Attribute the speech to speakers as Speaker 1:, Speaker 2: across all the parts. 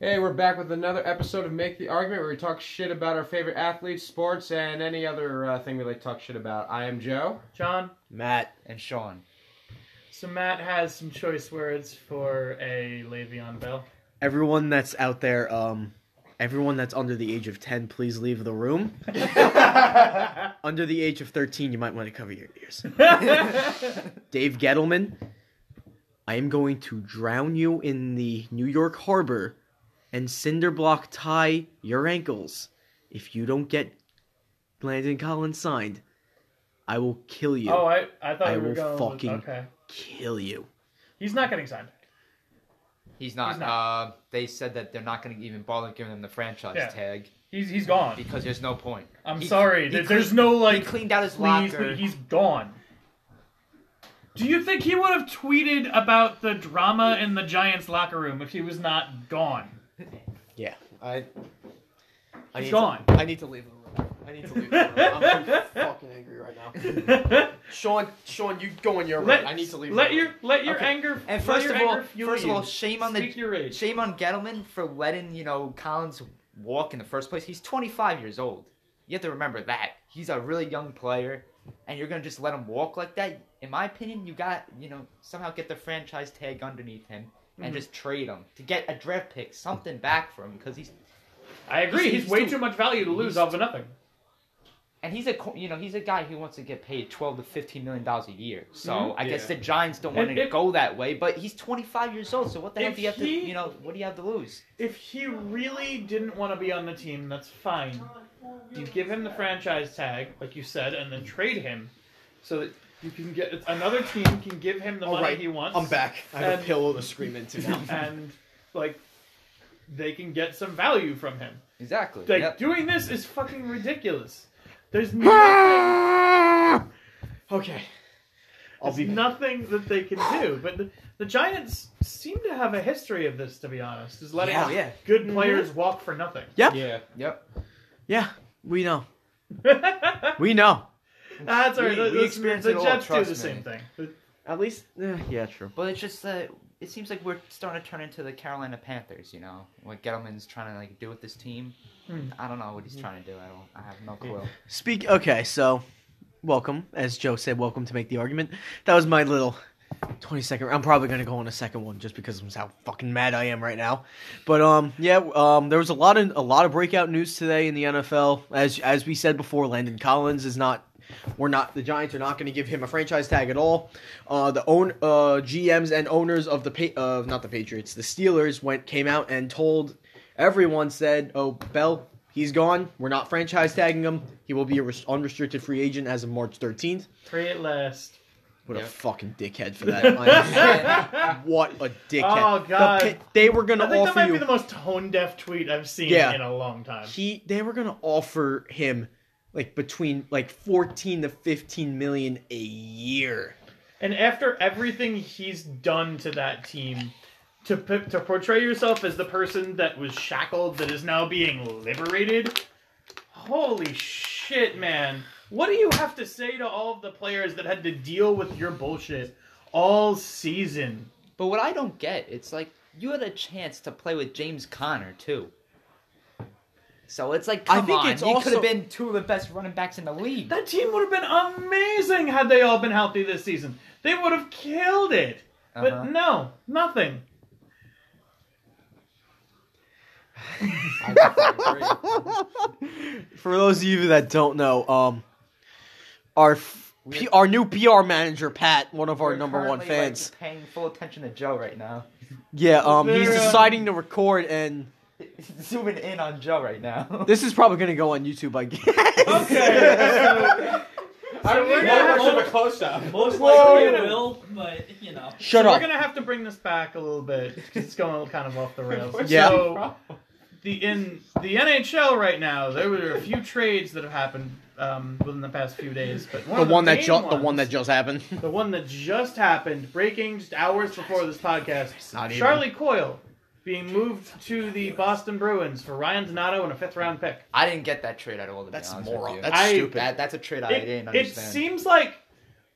Speaker 1: Hey, we're back with another episode of Make the Argument where we talk shit about our favorite athletes, sports, and any other uh, thing we like to talk shit about. I am Joe.
Speaker 2: John.
Speaker 3: Matt and Sean.
Speaker 2: So Matt has some choice words for a Le'Veon Bell.
Speaker 4: Everyone that's out there, um, everyone that's under the age of 10, please leave the room. under the age of 13, you might want to cover your ears.
Speaker 2: Oh,
Speaker 4: Dave Gettleman, I am going to drown you in the New York harbor and cinder block tie your ankles. If you don't get Landon Collins signed, I will kill you.
Speaker 2: Oh, I I thought
Speaker 4: I
Speaker 2: we were
Speaker 4: will
Speaker 2: going. with-
Speaker 4: fucking-
Speaker 2: okay,
Speaker 4: Kill you.
Speaker 2: he's not getting signed.
Speaker 3: He's not.
Speaker 2: He's not.
Speaker 3: Uh, they said that they're not going to even bother giving him the franchise
Speaker 2: Yeah.
Speaker 3: tag
Speaker 2: He's he's gone.
Speaker 3: because there's no point.
Speaker 2: I'm
Speaker 3: He-
Speaker 2: sorry.
Speaker 3: he
Speaker 2: There-
Speaker 3: clean-
Speaker 2: There's no
Speaker 3: He
Speaker 2: like.
Speaker 3: cleaned out his
Speaker 2: Please,
Speaker 3: locker.
Speaker 2: he's gone. Do you think he would have tweeted about the drama in the Giants locker room if he was not gone?
Speaker 4: Yeah. I, I
Speaker 2: He's gone.
Speaker 4: I need to leave the room. I need to leave the room. I'm pretty fucking angry right now. Sean, Sean, you go in your room.
Speaker 2: let,
Speaker 4: I need to leave.
Speaker 2: Let
Speaker 4: the
Speaker 2: your
Speaker 4: room.
Speaker 2: let your
Speaker 3: Okay.
Speaker 2: anger.
Speaker 3: and
Speaker 2: let
Speaker 3: first
Speaker 2: your
Speaker 3: of all,
Speaker 2: anger fuel
Speaker 3: first of all,
Speaker 2: you.
Speaker 3: shame on
Speaker 2: Speak
Speaker 3: the
Speaker 2: your rage.
Speaker 3: shame on Gettleman for letting you know Collins walk in the first place. He's 25 years old. You have to remember that he's a really young player, and you're going to just let him walk like that. In my opinion, you got you know somehow get the franchise tag underneath him and
Speaker 2: Mm-hmm.
Speaker 3: just trade him to get a draft pick, something back for him because he's
Speaker 2: I agree.
Speaker 3: He's-
Speaker 2: He's,
Speaker 3: he's
Speaker 2: way
Speaker 3: too-
Speaker 2: too much value to lose off of nothing.
Speaker 3: And he's a co- you know he's a guy who wants to get paid twelve to fifteen million dollars a year. So
Speaker 2: Mhm.
Speaker 3: I guess
Speaker 1: Yeah.
Speaker 3: the Giants don't want
Speaker 2: And
Speaker 3: to
Speaker 2: if-
Speaker 3: go that way. But he's twenty five years old, so what the hell
Speaker 2: If
Speaker 3: do you have
Speaker 2: he-
Speaker 3: to you know what do you have to lose?
Speaker 2: If he really didn't want to be on the team, that's fine. You give him the franchise tag, like you said, and then trade him, so that you can get another team can give him the
Speaker 4: All
Speaker 2: money
Speaker 4: right,
Speaker 2: he wants.
Speaker 4: I'm back. I have
Speaker 2: And-
Speaker 4: a pillow to scream into now.
Speaker 2: and like they can get some value from him.
Speaker 3: Exactly.
Speaker 2: Like doing this is fucking ridiculous. There's nothing,
Speaker 4: okay. I'll be
Speaker 2: there's nothing that they can do. But the, the Giants seem to have a history of this, to be honest, is letting
Speaker 3: Yeah, yeah.
Speaker 2: good players walk for nothing.
Speaker 4: Yep.
Speaker 1: Yeah.
Speaker 3: Yep.
Speaker 4: Yeah. We know. We know.
Speaker 2: That's all
Speaker 3: We-
Speaker 2: right. The,
Speaker 3: we
Speaker 2: the-
Speaker 3: experience
Speaker 2: the
Speaker 3: it all,
Speaker 2: Jets do
Speaker 3: trust
Speaker 2: the
Speaker 3: me.
Speaker 2: same thing. The-
Speaker 4: At least, eh, yeah, true.
Speaker 3: But it's just that it seems like we're starting to turn into the Carolina Panthers. You know what Gettleman's trying to like do with this team. I don't know what he's trying to do. I don't. I have no clue.
Speaker 4: Speak. Okay, so welcome, as Joe said, welcome to make the argument. That was my little twenty second. I'm probably gonna go on a second one just because of how fucking mad I am right now. But um, yeah, um, there was a lot of a lot of breakout news today in the NFL. As as we said before, Landon Collins is not. We're not the Giants are not going to give him a franchise tag at all. Uh, the own uh, GMs and owners of the pa- uh, not the Patriots, the Steelers went came out and told everyone said, "Oh, Bell, he's gone. We're not franchise tagging him. He will be a res- unrestricted free agent as of March 13th."
Speaker 2: Free at last.
Speaker 4: What
Speaker 3: Yeah.
Speaker 4: a fucking dickhead for that! I- what a dickhead!
Speaker 2: Oh,
Speaker 4: The
Speaker 2: God.
Speaker 4: Pi- they were
Speaker 2: I
Speaker 4: gonna
Speaker 2: think that
Speaker 4: offer
Speaker 2: might
Speaker 4: you.
Speaker 2: be the most tone deaf tweet I've seen
Speaker 4: Yeah.
Speaker 2: in a long time.
Speaker 4: he they were gonna offer him like between like 14 to 15 million a year.
Speaker 2: And after everything he's done to that team, to p- to portray yourself as the person that was shackled that is now being liberated. Holy shit, man! What do you have to say to all of the players that had to deal with your bullshit all season?
Speaker 3: But what I don't get, it's like you had a chance to play with James Conner too. So it's like,
Speaker 4: I
Speaker 3: come
Speaker 4: think
Speaker 3: on,
Speaker 4: it's
Speaker 3: you could
Speaker 4: also-
Speaker 3: have been two of the best running backs in the league.
Speaker 2: That team would have been amazing had they all been healthy this season. They would have killed it.
Speaker 3: Uh-huh.
Speaker 2: But no, nothing.
Speaker 4: For those of you that don't know, um, our f- P- our new PR manager Pat, one of our
Speaker 3: We're
Speaker 4: number one
Speaker 3: currently, like,
Speaker 4: fans.
Speaker 3: paying full attention to Joe right now.
Speaker 4: Yeah, um,
Speaker 2: They're,
Speaker 4: he's
Speaker 2: um,
Speaker 4: deciding to record, and
Speaker 3: Zooming in on Joe right now.
Speaker 4: this is probably gonna go on YouTube, I guess.
Speaker 2: Okay,
Speaker 1: I
Speaker 2: we're
Speaker 1: don't need more
Speaker 2: gonna have
Speaker 1: much
Speaker 2: to-
Speaker 1: of a close up.
Speaker 5: Most
Speaker 2: Whoa.
Speaker 5: likely it will, but you know.
Speaker 4: Shut
Speaker 2: so
Speaker 4: up.
Speaker 2: we're gonna have to bring this back a little bit 'cause it's going kind of off the rails.
Speaker 4: Yeah.
Speaker 2: So the in the NHL right now, there were a few trades that have happened um, within the past few days, but one
Speaker 4: The
Speaker 2: of the
Speaker 4: one that
Speaker 2: main
Speaker 4: just the one
Speaker 2: ones-
Speaker 4: that just happened.
Speaker 2: the one that just happened, breaking just hours before this podcast.
Speaker 4: Not even.
Speaker 2: Charlie Coyle being moved to the Boston Bruins for Ryan Donato and a fifth round pick.
Speaker 3: I didn't get that trade at all. To
Speaker 4: That's
Speaker 3: be honest
Speaker 4: moron.
Speaker 3: With you.
Speaker 4: That's
Speaker 2: I-
Speaker 4: stupid.
Speaker 3: that, that's a trade I
Speaker 2: It,
Speaker 3: didn't
Speaker 2: it
Speaker 3: understand.
Speaker 2: seems like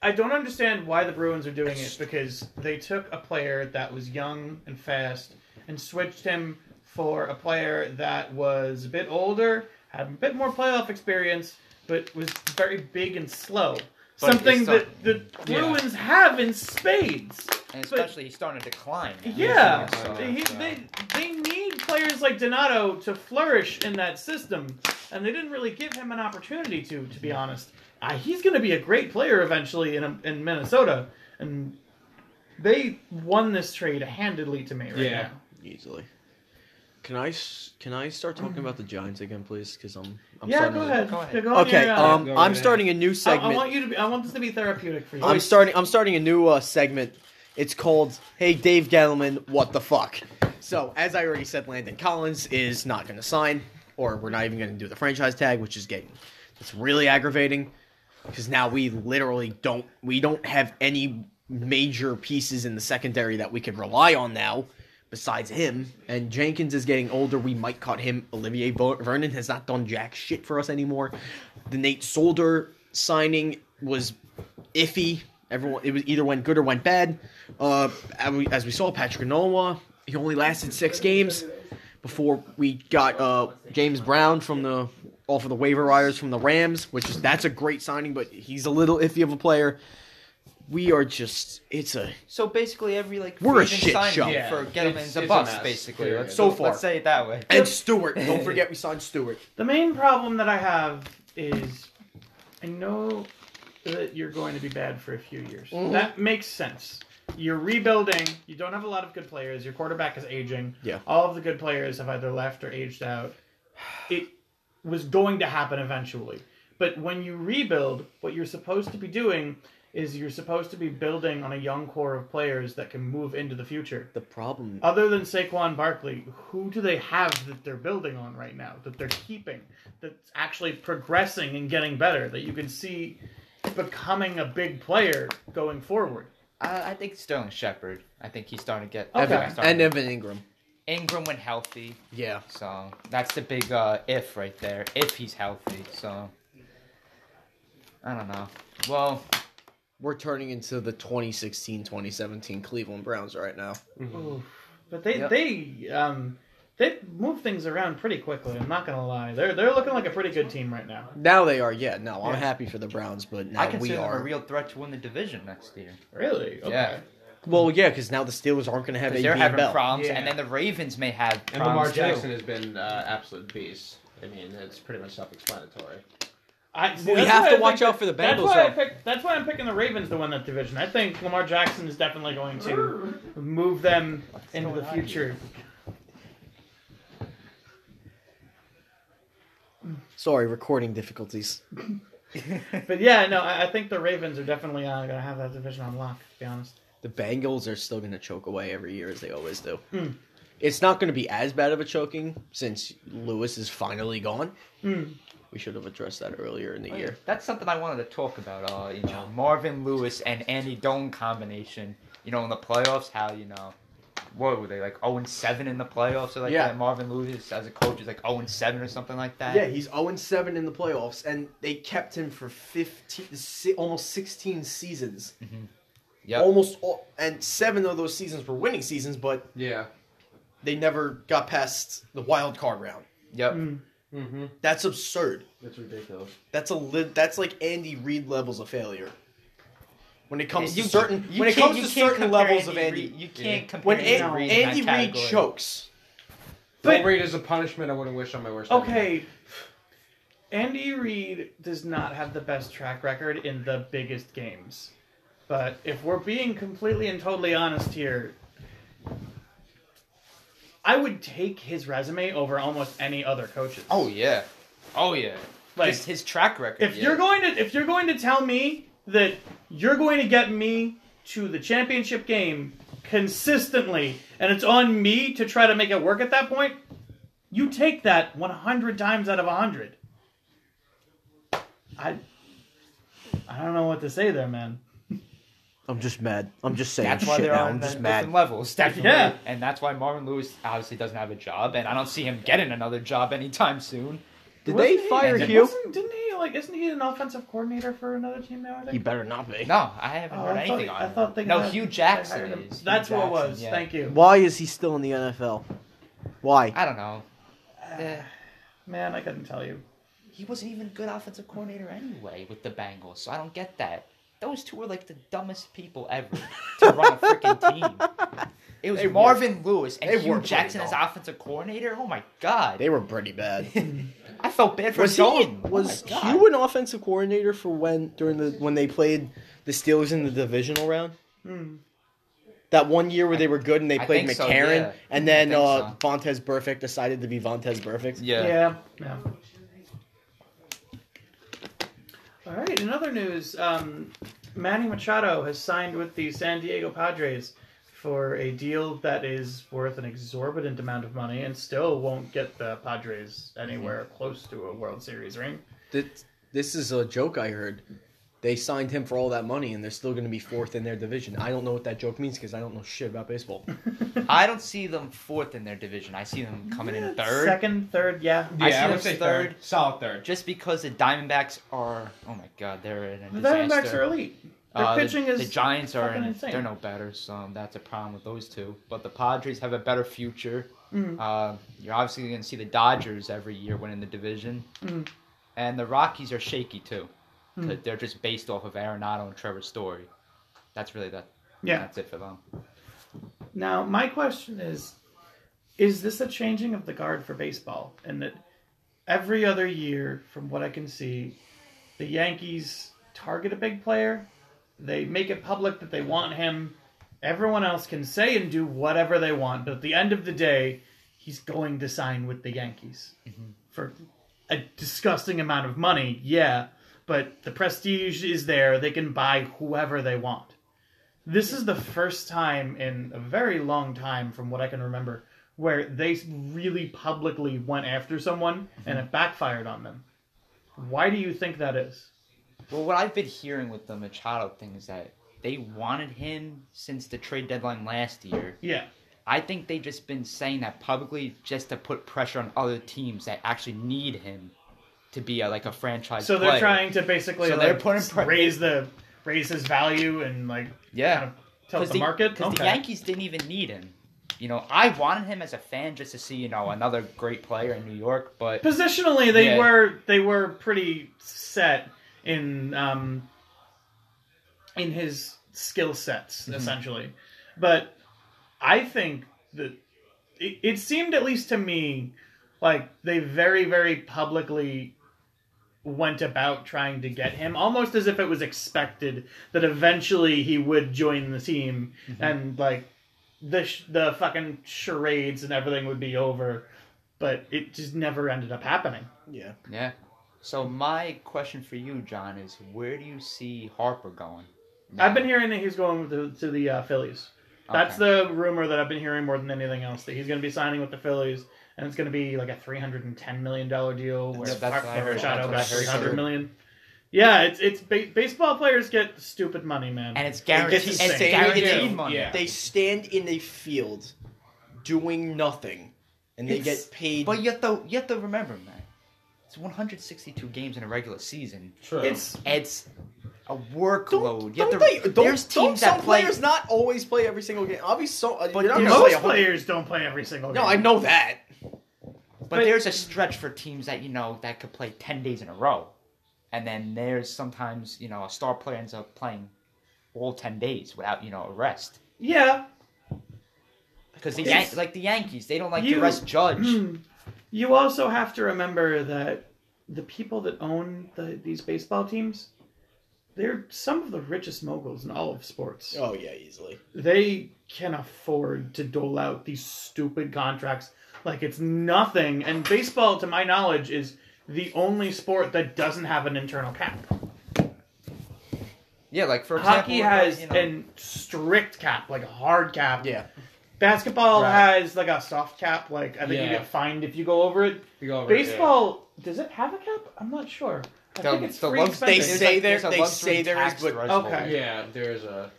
Speaker 2: I don't understand why the Bruins are doing it because they took a player that was young and fast and switched him for a player that was a bit older, had a bit more playoff experience, but was very big and slow.
Speaker 3: But
Speaker 2: Something
Speaker 3: it's not-
Speaker 2: that the
Speaker 1: Yeah.
Speaker 2: Bruins have in spades.
Speaker 3: and especially he's starting to decline. now.
Speaker 2: Yeah,
Speaker 1: Yeah.
Speaker 2: he, they they need players like Donato to flourish in that system, and they didn't really give him an opportunity to. To be honest, uh, he's going to be a great player eventually in in Minnesota, and they won this trade handedly to me right
Speaker 1: Yeah.
Speaker 2: now.
Speaker 4: Easily. Can I s- can I start talking about the Giants again, please? Because I'm, I'm
Speaker 2: yeah,
Speaker 4: starting
Speaker 2: go
Speaker 4: to-
Speaker 2: ahead.
Speaker 3: Go ahead.
Speaker 2: Yeah, go
Speaker 4: Okay,
Speaker 2: ahead.
Speaker 4: um,
Speaker 1: go
Speaker 4: I'm
Speaker 1: ahead.
Speaker 4: starting a new
Speaker 2: I, I
Speaker 4: segment.
Speaker 2: want you to be. I want this to be therapeutic for you.
Speaker 4: I'm starting. I'm starting a new uh, segment. It's called "Hey Dave Gettleman, what the fuck." So as I already said, Landon Collins is not going to sign, or we're not even going to do the franchise tag, which is getting it's really aggravating because now we literally don't we don't have any major pieces in the secondary that we could rely on now besides him and jenkins is getting older we might cut him olivier Ver- vernon has not done jack shit for us anymore the nate solder signing was iffy everyone it was either went good or went bad uh as we- as we saw patrick Anoa, he only lasted six games before we got uh, James Brown from the off of the waiver wires from the Rams, which is that's a great signing, but he's a little iffy of a player. We are just it's a
Speaker 3: So basically, every like
Speaker 4: We're a
Speaker 3: free agent
Speaker 4: shit
Speaker 3: signing
Speaker 4: show.
Speaker 1: Yeah.
Speaker 3: for
Speaker 1: It's-
Speaker 3: Gettleman's
Speaker 1: it's
Speaker 3: a
Speaker 1: a
Speaker 3: bust,
Speaker 1: mess,
Speaker 3: basically.
Speaker 1: period.
Speaker 3: Let's,
Speaker 4: So far.
Speaker 3: let's say it that way.
Speaker 4: and Stewart. Don't forget we signed Stewart.
Speaker 2: The main problem that I have is I know that you're going to be bad for a few years. That makes sense. You're rebuilding. You don't have a lot of good players. Your quarterback is aging.
Speaker 4: Yeah.
Speaker 2: All of the good players have either left or aged out. It was going to happen eventually. But when you rebuild, what you're supposed to be doing is you're supposed to be building on a young core of players that can move into the future.
Speaker 4: The problem
Speaker 2: Other than Saquon Barkley, who do they have that they're building on right now, that they're keeping, that's actually progressing and getting better, that you can see becoming a big player going forward?
Speaker 3: I, I think Sterling Shepard. I think he's starting to get.
Speaker 2: Okay.
Speaker 3: everyone's starting
Speaker 4: and
Speaker 3: to-
Speaker 4: Evan Ingram.
Speaker 3: Ingram went healthy,
Speaker 4: Yeah,
Speaker 3: so that's the big uh, if right there. If he's healthy, so I don't know. Well,
Speaker 4: we're turning into the 2016-2017 Cleveland Browns right now.
Speaker 2: Oof. But they
Speaker 3: Yep.
Speaker 2: they um they move things around pretty quickly. I'm not gonna lie, they're they're looking like a pretty good team right now.
Speaker 4: Now they are. Yeah, no, I'm
Speaker 2: Yeah.
Speaker 4: happy for the Browns, but
Speaker 3: I
Speaker 4: now we
Speaker 3: consider them a
Speaker 4: are.
Speaker 3: real threat to win the division next year.
Speaker 2: Really? Okay.
Speaker 3: Yeah.
Speaker 4: well, yeah, because now the Steelers aren't going to have
Speaker 3: 'Cause
Speaker 4: AB
Speaker 3: they're having
Speaker 4: and Bell.
Speaker 3: problems,
Speaker 2: Yeah.
Speaker 3: and then the Ravens may have problems
Speaker 1: And Lamar
Speaker 3: too.
Speaker 1: Jackson has been uh, absolute beast. I mean, it's pretty much self-explanatory.
Speaker 2: I, see,
Speaker 4: We
Speaker 2: that's
Speaker 4: have
Speaker 2: why
Speaker 4: to
Speaker 2: I
Speaker 4: watch
Speaker 2: think-
Speaker 4: out for the
Speaker 2: That's
Speaker 4: Bengals,
Speaker 2: why, I
Speaker 4: though.
Speaker 2: pick, that's why I'm picking the Ravens to win that division. I think Lamar Jackson is definitely going to move them into
Speaker 3: going
Speaker 2: the
Speaker 3: on
Speaker 2: future.
Speaker 4: Sorry, recording difficulties.
Speaker 2: But yeah, no, I, I think the Ravens are definitely uh, going to have that division on lock. To be honest,
Speaker 4: The Bengals are still going to choke away every year as they always do. It's not going to be as bad of a choking since Lewis is finally gone.
Speaker 2: Hmm,
Speaker 4: We should have addressed that earlier in the
Speaker 3: Oh, yeah.
Speaker 4: year.
Speaker 3: That's something I wanted to talk about. Uh, you know, Marvin Lewis and Andy Doan combination. You know, in the playoffs, how you know, what were they like? zero and seven in the playoffs, or like
Speaker 4: Yeah.
Speaker 3: that. Marvin Lewis as a coach is like zero and seven or something like that.
Speaker 4: Yeah, he's 0 7 in the playoffs, and they kept him for 15, si- almost 16 seasons.
Speaker 3: Yep.
Speaker 4: Almost all, and seven of those seasons were winning seasons, but
Speaker 1: Yeah.
Speaker 4: they never got past the wild card round.
Speaker 3: Yep.
Speaker 2: Mm.
Speaker 1: Mm-hmm.
Speaker 4: That's absurd.
Speaker 1: That's ridiculous.
Speaker 4: That's a li- that's like Andy Reid levels of failure. When it comes
Speaker 3: You-
Speaker 4: to certain
Speaker 3: you
Speaker 4: when it
Speaker 3: can't-
Speaker 4: comes
Speaker 3: you
Speaker 4: to
Speaker 3: can't
Speaker 4: certain
Speaker 3: compare
Speaker 4: levels of Andy,
Speaker 3: Reid- you can't
Speaker 1: Yeah.
Speaker 3: compare
Speaker 4: when
Speaker 2: Andy
Speaker 4: An-
Speaker 2: Reid
Speaker 3: in that
Speaker 4: Andy Reid
Speaker 3: category.
Speaker 4: chokes,
Speaker 1: But
Speaker 2: But-
Speaker 1: Don't read as a punishment. I wouldn't wish on my worst. enemy.
Speaker 2: okay. Andy Reid does not have the best track record in the biggest games, but if we're being completely and totally honest here, I would take his resume over almost any other coach's.
Speaker 3: Oh yeah. Oh yeah.
Speaker 2: Like-
Speaker 3: Just his track record.
Speaker 2: If
Speaker 3: yeah.
Speaker 2: you're going to if you're going to tell me that you're going to get me to the championship game consistently and it's on me to try to make it work at that point, you take that 100 times out of 100. I I don't know what to say there, man.
Speaker 4: I'm just mad. I'm just saying
Speaker 3: that's why
Speaker 4: shit
Speaker 3: they're
Speaker 4: now.
Speaker 3: on
Speaker 4: I'm
Speaker 3: the
Speaker 4: just
Speaker 3: different
Speaker 4: mad.
Speaker 3: levels, definitely.
Speaker 2: Yeah.
Speaker 3: And that's why Marvin Lewis obviously doesn't have a job, and I don't see him getting another job anytime soon.
Speaker 4: Did
Speaker 2: Wasn't
Speaker 4: they
Speaker 2: he-
Speaker 4: fire
Speaker 3: and-
Speaker 4: Hugh?
Speaker 2: Wasn't, didn't he like isn't he an offensive coordinator for another team now, I think?
Speaker 4: He better not be.
Speaker 3: No, I haven't
Speaker 2: Oh,
Speaker 3: heard
Speaker 2: I thought-
Speaker 3: anything on
Speaker 2: I
Speaker 3: him.
Speaker 2: thought they
Speaker 3: no,
Speaker 2: had-
Speaker 3: Hugh
Speaker 2: they hired
Speaker 3: Jackson
Speaker 2: him.
Speaker 3: is. Hugh
Speaker 2: That's what it
Speaker 3: Jackson,
Speaker 2: was.
Speaker 3: yeah.
Speaker 2: Thank you.
Speaker 4: Why is he still in the NFL? Why?
Speaker 3: I don't know. Eh,
Speaker 2: Man, I couldn't tell you.
Speaker 3: he wasn't even a good offensive coordinator anyway with the Bengals, so I don't get that. Those two were like the dumbest people ever to run a freaking team. It was
Speaker 4: They were.
Speaker 3: Marvin Lewis and
Speaker 4: They were
Speaker 3: Hugh
Speaker 4: pretty
Speaker 3: Jackson as
Speaker 4: dumb.
Speaker 3: offensive coordinator. Oh my god,
Speaker 4: They were pretty bad.
Speaker 3: I felt bad for
Speaker 4: was he,
Speaker 3: Dolan. Oh
Speaker 4: was
Speaker 3: my God.
Speaker 4: Hugh an offensive coordinator for when during the when they played the Steelers in the divisional round? Hmm. That one year where they were good and they
Speaker 3: I
Speaker 4: played
Speaker 3: think so,
Speaker 4: McCarron,
Speaker 3: yeah.
Speaker 4: and then
Speaker 3: I think
Speaker 4: uh, Vontez Burfict decided to be Vontez Burfict.
Speaker 2: Yeah. yeah. All right. In other news, um, Manny Machado has signed with the San Diego Padres for a deal that is worth an exorbitant amount of money and still won't get the Padres anywhere
Speaker 3: Mm-hmm.
Speaker 2: close to a World Series ring.
Speaker 4: This, this is a joke I heard. They signed him for all that money, and they're still going to be fourth in their division. I don't know what that joke means because I don't know shit about baseball.
Speaker 3: I don't see them fourth in their division. I see them coming in third.
Speaker 2: Second, third, yeah.
Speaker 3: I see
Speaker 1: Yeah, I,
Speaker 3: them
Speaker 1: would say
Speaker 3: third.
Speaker 1: third. Solid third.
Speaker 3: Just because the Diamondbacks are, oh my God, they're in a
Speaker 2: The
Speaker 3: disaster.
Speaker 2: Diamondbacks are elite. Their
Speaker 3: Uh, the-
Speaker 2: pitching is
Speaker 3: the Giants are
Speaker 2: fucking
Speaker 3: in,
Speaker 2: insane.
Speaker 3: they're no better, so um, that's a problem with those two. But the Padres have a better future.
Speaker 2: Mhm.
Speaker 3: Uh, you're obviously going to see the Dodgers every year winning the division,
Speaker 2: Mhm.
Speaker 3: and the Rockies are shaky too, 'cause
Speaker 2: Mhm.
Speaker 3: they're just based off of Arenado and Trevor Story. That's really that.
Speaker 2: Yeah.
Speaker 3: that's it for them.
Speaker 2: Now, my question is Is this a changing of the guard for baseball? And that every other year, from what I can see, the Yankees target a big player, they make it public that they want him. Everyone else can say and do whatever they want, but at the end of the day, he's going to sign with the Yankees for a disgusting amount of money, yeah, but the prestige is there. They can buy whoever they want. This is the first time in a very long time, from what I can remember, where they really publicly went after someone and
Speaker 3: Mm-hmm.
Speaker 2: it backfired on them. Why do you think that is?
Speaker 3: Well, what I've been hearing with the Machado thing is that they wanted him since the trade deadline last year.
Speaker 2: Yeah.
Speaker 3: I think they've just been saying that publicly just to put pressure on other teams that actually need him to be a, like a franchise.
Speaker 2: So they're
Speaker 3: player.
Speaker 2: trying to basically
Speaker 3: So
Speaker 2: like,
Speaker 3: they're putting pre-
Speaker 2: raise the raise his value and like kind
Speaker 3: yeah,
Speaker 2: of tilt the, market.
Speaker 3: because the Yankees didn't even need him. You know, I wanted him as a fan just to see you know another great player in New York, but
Speaker 2: positionally they
Speaker 3: Yeah.
Speaker 2: were they were pretty set in um in his skill sets essentially but i think that it, it seemed at least to me like they very very publicly went about trying to get him almost as if it was expected that eventually he would join the team and like the sh- the fucking charades and everything would be over but it just never ended up happening.
Speaker 4: yeah.
Speaker 3: yeah. So my question for you, John, is where do you see Harper going?
Speaker 2: I've been hearing that he's going with the, to the uh, Phillies. That's the rumor that I've been hearing more than anything else that he's going to be signing with the Phillies, and it's going to be like a three hundred and ten million dollar deal where
Speaker 3: That's-
Speaker 2: Mar-
Speaker 3: that's what I heard.
Speaker 2: Machado got
Speaker 3: That's what I
Speaker 2: three
Speaker 3: heard.
Speaker 2: hundred million. Yeah, it's it's ba- baseball players get stupid money, man.
Speaker 3: and it's
Speaker 4: They get
Speaker 3: guaranteed.
Speaker 4: to
Speaker 3: It's
Speaker 4: stay
Speaker 3: guaranteed
Speaker 1: there.
Speaker 3: money.
Speaker 1: Yeah.
Speaker 4: They stand in a field doing nothing, and they
Speaker 3: It's-
Speaker 4: get paid.
Speaker 3: But you have to you have to remember, man. It's 162 games in a regular season.
Speaker 1: True.
Speaker 2: it's
Speaker 3: It's a workload. You have to-
Speaker 4: they-
Speaker 3: there's teams
Speaker 4: some
Speaker 3: that play.
Speaker 4: players not always play every single game. Obviously, so, uh,
Speaker 3: But
Speaker 4: you're not
Speaker 3: there's-
Speaker 4: gonna play
Speaker 2: most
Speaker 4: a whole-
Speaker 2: players don't play every single game.
Speaker 4: No, I know that.
Speaker 3: but,
Speaker 2: but-
Speaker 3: there's a stretch for teams that you know that could play 10 days in a row, and then there's sometimes you know a star player ends up playing all 10 days without you know a rest.
Speaker 2: Yeah,
Speaker 3: Because the
Speaker 2: Yes.
Speaker 3: Yan- like the Yankees, they don't like
Speaker 2: You-
Speaker 3: to rest Judge.
Speaker 2: Hmm. You also have to remember that the people that own the, these baseball teams, they're some of the richest moguls in all of sports.
Speaker 4: Oh yeah, easily.
Speaker 2: They can afford to dole out these stupid contracts like it's nothing. And baseball, to my knowledge, is the only sport that doesn't have an internal cap.
Speaker 3: Yeah, like for example,
Speaker 2: Hockey
Speaker 3: uh,
Speaker 2: has
Speaker 3: you
Speaker 2: a
Speaker 3: know,
Speaker 2: strict cap, like a hard cap.
Speaker 4: Yeah.
Speaker 2: Basketball
Speaker 1: Right.
Speaker 2: has like a soft cap. Like I think you
Speaker 1: Yeah.
Speaker 2: get fined if you go over it.
Speaker 1: You go over it, yeah.
Speaker 2: Baseball does it have a cap? I'm not sure. I
Speaker 3: The-
Speaker 2: think it's
Speaker 3: the
Speaker 2: free
Speaker 3: lump-
Speaker 4: They
Speaker 2: expensive.
Speaker 3: There's
Speaker 4: say
Speaker 3: like-
Speaker 4: there.
Speaker 3: there's a
Speaker 4: They
Speaker 3: luxury
Speaker 4: say there is,
Speaker 3: tax
Speaker 4: but
Speaker 3: threshold.
Speaker 2: Okay.
Speaker 1: yeah, there's a.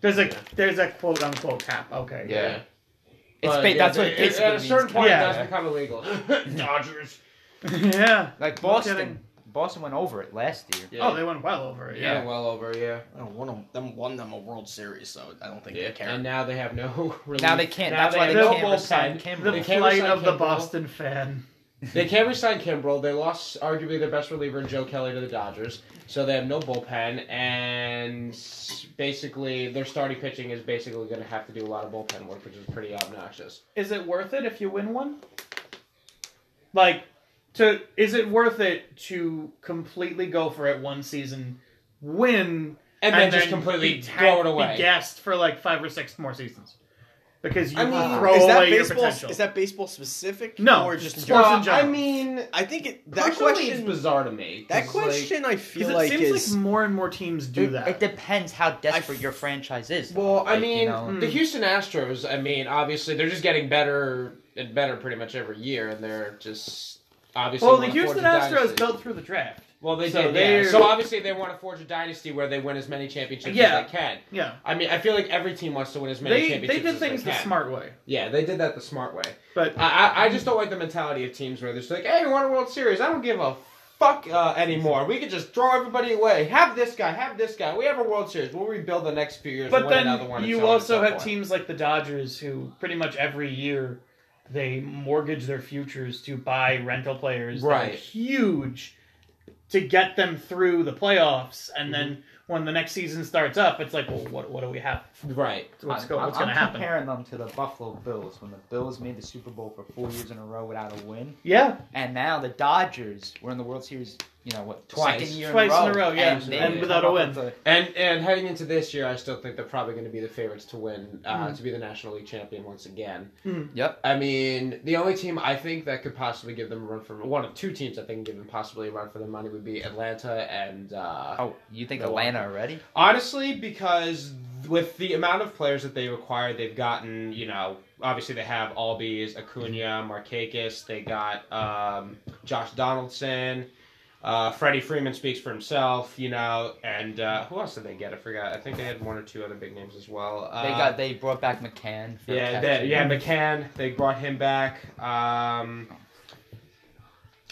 Speaker 2: there's a there's a quote unquote cap. Okay.
Speaker 3: Yeah. It's
Speaker 1: But,
Speaker 3: ba-
Speaker 1: yeah,
Speaker 3: that's what
Speaker 1: it- it-
Speaker 3: it basically
Speaker 1: At a certain
Speaker 3: means.
Speaker 1: point,
Speaker 2: Yeah.
Speaker 1: it does become illegal. Dodgers.
Speaker 2: Yeah.
Speaker 3: Like
Speaker 2: No
Speaker 3: Boston,
Speaker 2: kidding.
Speaker 3: Boston went over it last year.
Speaker 2: Oh, they went well over it.
Speaker 1: yeah.
Speaker 2: Yeah.
Speaker 1: well over, yeah.
Speaker 4: I don't want them, them won them a World Series, so I don't think they care.
Speaker 1: And now they have no. Relief.
Speaker 3: Now they can't. that's
Speaker 1: they
Speaker 3: why they
Speaker 1: have
Speaker 2: no
Speaker 3: can't
Speaker 2: bullpen.
Speaker 3: resign
Speaker 2: The
Speaker 1: They
Speaker 3: Kimbrel.
Speaker 1: can't
Speaker 2: plight
Speaker 1: resign
Speaker 2: of the
Speaker 1: Kimbrel.
Speaker 2: Boston fan.
Speaker 1: They can't resign Kimbrel. They lost arguably their best reliever in Joe Kelly to the Dodgers, so they have no bullpen, and basically their starting pitching is basically going to have to do a lot of bullpen work, which is pretty obnoxious.
Speaker 2: Is it worth it if you win one? Like, to is it worth it to completely go for it one season, win,
Speaker 1: And, then, just completely throw it away.
Speaker 2: Be gassed for like five or six more seasons because you
Speaker 4: I mean,
Speaker 2: throw
Speaker 4: is that
Speaker 2: away your
Speaker 4: baseball?
Speaker 2: potential.
Speaker 4: Is that baseball specific?
Speaker 2: No,
Speaker 4: or just in
Speaker 2: sports
Speaker 4: general?
Speaker 1: Well,
Speaker 2: in general.
Speaker 1: I mean,
Speaker 4: I think it, that
Speaker 1: personally,
Speaker 4: question.
Speaker 1: it's bizarre to me.
Speaker 4: that
Speaker 1: 'cause, like,
Speaker 4: question, I
Speaker 2: 'Cause
Speaker 4: feel
Speaker 2: it
Speaker 4: like
Speaker 2: seems
Speaker 4: is.
Speaker 2: like more and more teams do that.
Speaker 3: It depends how desperate
Speaker 4: I-
Speaker 3: your franchise is.
Speaker 1: well, I
Speaker 3: Like, you
Speaker 1: mean,
Speaker 3: know.
Speaker 2: Hmm.
Speaker 1: the Houston Astros. I mean, obviously they're just getting better and better pretty much every year, and they're just obviously.
Speaker 2: well, the
Speaker 1: wanna forge
Speaker 2: Houston
Speaker 1: a
Speaker 2: Astros
Speaker 1: dynasty.
Speaker 2: built through the draft.
Speaker 1: Well, they
Speaker 2: So
Speaker 1: did. Yeah.
Speaker 2: they're-
Speaker 1: So obviously they want to forge a dynasty where they win as many championships
Speaker 2: Yeah.
Speaker 1: as they can.
Speaker 2: Yeah,
Speaker 1: I mean, I feel like every team wants to win as many
Speaker 2: they they
Speaker 1: championships
Speaker 2: did
Speaker 1: as
Speaker 2: things
Speaker 1: they
Speaker 2: the
Speaker 1: can.
Speaker 2: smart way,
Speaker 1: Yeah, they did that the smart way.
Speaker 2: but
Speaker 1: I, I, I just don't like the mentality of teams where they're just like, hey, we won a World Series. I don't give a fuck uh, anymore. We could just throw everybody away. Have this guy, have this guy. We have a World Series. We'll rebuild the next few years.
Speaker 2: But
Speaker 1: and win another one
Speaker 2: then
Speaker 1: and
Speaker 2: you
Speaker 1: so on and
Speaker 2: also
Speaker 1: so
Speaker 2: have
Speaker 1: forth.
Speaker 2: teams like the Dodgers who pretty much every year they mortgage their futures to buy rental players that are
Speaker 1: Right.
Speaker 2: huge to get them through the playoffs and then when the next season starts up it's like well what what do we have
Speaker 1: Right.
Speaker 2: what's,
Speaker 3: I'm-
Speaker 2: go, what's
Speaker 3: I'm
Speaker 2: going to happen
Speaker 3: comparing them to the Buffalo Bills when the Bills made the Super Bowl for four years in a row without a win,
Speaker 2: yeah
Speaker 3: and now the Dodgers were in the World Series. You know what?
Speaker 1: Twice.
Speaker 3: second year
Speaker 2: Twice
Speaker 3: in, a
Speaker 2: in a row, yeah,
Speaker 3: and, they
Speaker 1: and
Speaker 2: without a
Speaker 3: come up
Speaker 2: win.
Speaker 3: with a-
Speaker 1: And and heading into this year, I still think they're probably going to be the favorites to win, uh, to be the National League champion once again.
Speaker 3: Yep.
Speaker 1: I mean, the only team I think that could possibly give them a run for one of two teams I think can give them possibly a run for their money would be Atlanta and uh,
Speaker 3: Oh, you think
Speaker 1: Milwaukee.
Speaker 3: Atlanta already?
Speaker 1: honestly because with the amount of players that they acquired, they've gotten you know obviously they have Albies,
Speaker 3: Mm-hmm.
Speaker 1: Acuna, Markakis, they got um, Josh Donaldson. Uh, Freddie Freeman speaks for himself, you know, and uh, who else did they get? I forgot. I think they had one or two other big names as well. Uh,
Speaker 3: They got they brought back McCann. For
Speaker 1: yeah,
Speaker 3: catching.
Speaker 1: they, yeah, McCann. They brought him back. Um,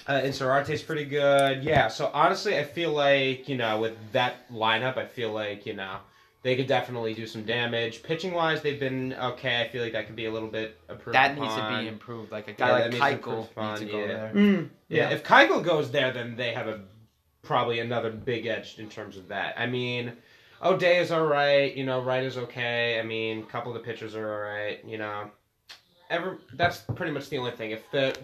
Speaker 1: uh, Insorarte's pretty good. Yeah, so honestly, I feel like you know with that lineup, I feel like you know they could definitely do some damage. Pitching wise, they've been okay. I feel like that could be a little bit improved.
Speaker 3: That needs to
Speaker 1: upon.
Speaker 3: be improved. Like a
Speaker 1: Yeah,
Speaker 3: guy
Speaker 1: that needs to
Speaker 3: like
Speaker 1: improve
Speaker 3: Keuchel
Speaker 1: upon,
Speaker 3: needs to go
Speaker 1: yeah.
Speaker 3: there.
Speaker 2: Mm.
Speaker 1: Yeah, if Keiko goes there, then they have a probably another big edge in terms of that. I mean, O'Day is all right. You know, Wright is okay. I mean, a couple of the pitchers are all right. You know, ever that's pretty much the only thing. If the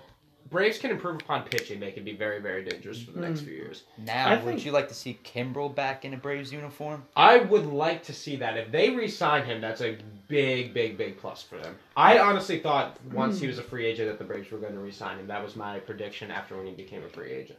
Speaker 1: Braves can improve upon pitching, they could be very, very dangerous for the next
Speaker 2: Mm-hmm.
Speaker 1: few years.
Speaker 3: Now,
Speaker 2: I
Speaker 3: would
Speaker 2: think-
Speaker 3: you like to see Kimbrel back in a Braves uniform?
Speaker 1: I would like to see that. If they re-sign him, that's a big, big, big plus for them. I honestly thought once
Speaker 2: Mm.
Speaker 1: he was a free agent that the Braves were going to re-sign him. That was my prediction after when he became a free agent.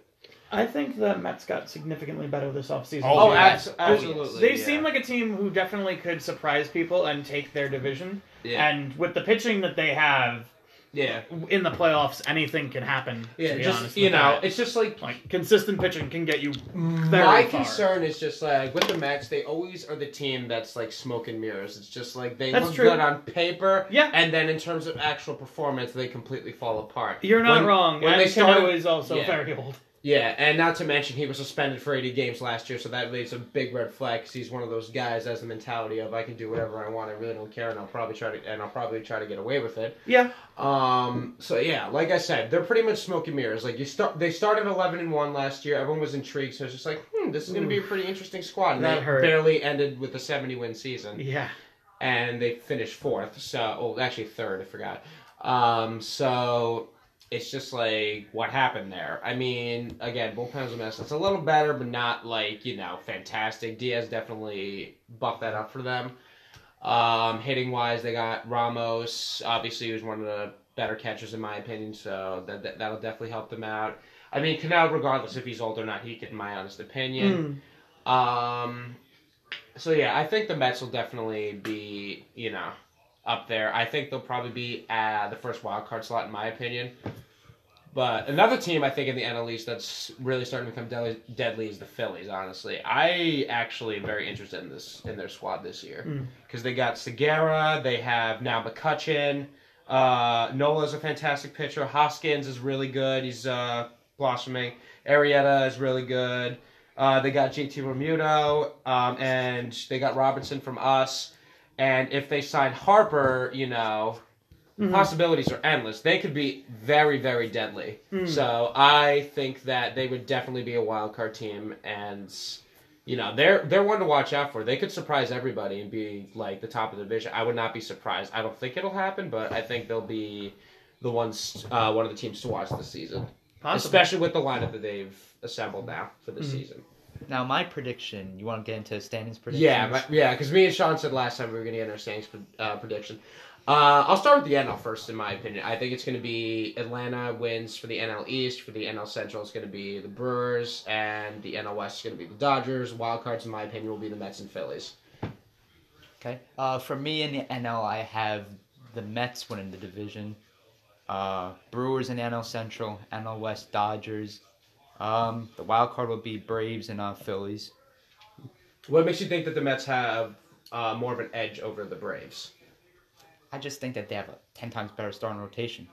Speaker 2: i think the mets got significantly better this offseason
Speaker 1: Oh,
Speaker 3: Oh,
Speaker 1: abs-
Speaker 3: yes.
Speaker 1: absolutely.
Speaker 2: they
Speaker 1: yeah.
Speaker 2: seem like a team who definitely could surprise people and take their division
Speaker 1: yeah,
Speaker 2: and with the pitching that they have
Speaker 1: yeah,
Speaker 2: in the playoffs, anything can happen.
Speaker 1: yeah.
Speaker 2: to be
Speaker 1: Just
Speaker 2: honest
Speaker 1: you
Speaker 2: with
Speaker 1: know,
Speaker 2: that.
Speaker 1: it's just like
Speaker 2: like consistent pitching can get you. very
Speaker 1: my
Speaker 2: far.
Speaker 1: concern is just like with the Mets, they always are the team that's like smoke and mirrors. It's just like they
Speaker 2: That's
Speaker 1: look
Speaker 2: true.
Speaker 1: good on paper,
Speaker 2: Yeah.
Speaker 1: and then in terms of actual performance, they completely fall apart.
Speaker 2: You're not
Speaker 1: When-
Speaker 2: wrong.
Speaker 1: When
Speaker 2: When
Speaker 1: they started,
Speaker 2: is also
Speaker 1: yeah.
Speaker 2: very old.
Speaker 1: yeah, and not to mention he was suspended for 80 games last year, so that leaves a big red flag because he's one of those guys that has the mentality of I can do whatever I want, I really don't care, and I'll probably try to and I'll probably try to get away with it.
Speaker 2: Yeah,
Speaker 1: Um. So yeah, like I said, they're pretty much smoke and mirrors. Like you start, they started eleven and one last year. Everyone was intrigued, so it's just like, hmm, this is going to be a pretty interesting squad. And
Speaker 2: That
Speaker 1: they
Speaker 2: hurt.
Speaker 1: barely ended with a seventy win season,
Speaker 2: yeah.
Speaker 1: and they finished fourth. So, oh, actually third. I forgot. Um. So it's just like what happened there. I mean, again, bullpen's a mess. It's a little better, but not like you know fantastic. Diaz definitely buffed that up for them. Um, hitting wise, they got Ramos. Obviously, he was one of the better catchers in my opinion, so that, that that'll definitely help them out. I mean, Canal, regardless if he's old or not, he could, in my honest
Speaker 2: Hmm.
Speaker 1: opinion. Um, so yeah, I think the Mets will definitely be, you know, up there. I think they'll probably be uh, the first wild card slot, in my opinion. But another team I think in the NL East that's really starting to become deadly, deadly is the Phillies. Honestly, I actually am very interested in this in their squad this year because they got Segura, they have now McCutcheon. Uh, Nola's a fantastic pitcher. Hoskins is really good. He's uh, blossoming. Arietta is really good. Uh, they got JT Romuto, um, and they got Robinson from us. And if they sign Harper, you know, the possibilities are endless. They could be very, very deadly. So I think that they would definitely be a wild card team, and you know, they're they're one to watch out for. They could surprise everybody and be like the top of the division. I would not be surprised. I don't think it'll happen, but I think they'll be the ones uh, one of the teams to watch this season,
Speaker 2: Possibly.
Speaker 1: especially with the lineup that they've assembled now for this
Speaker 2: Mhm.
Speaker 1: season.
Speaker 3: Now, my prediction. You want to get into standings predictions?
Speaker 1: Yeah, but, yeah, because me and Sean said last time we were going to get our standings pre- uh, prediction. Uh, I'll start with the NL first, in my opinion. I think it's going to be Atlanta wins for the NL East. For the NL Central, it's going to be the Brewers, and the NL West is going to be the Dodgers. Wild cards, in my opinion, will be the Mets and Phillies.
Speaker 3: Okay. Uh, for me in the NL, I have the Mets winning the division. Uh, Brewers in NL Central, NL West Dodgers. Um, the wild card will be Braves and uh, Phillies.
Speaker 1: What makes you think that the Mets have uh, more of an edge over the Braves?
Speaker 3: I just think that they have a ten times better starting rotation.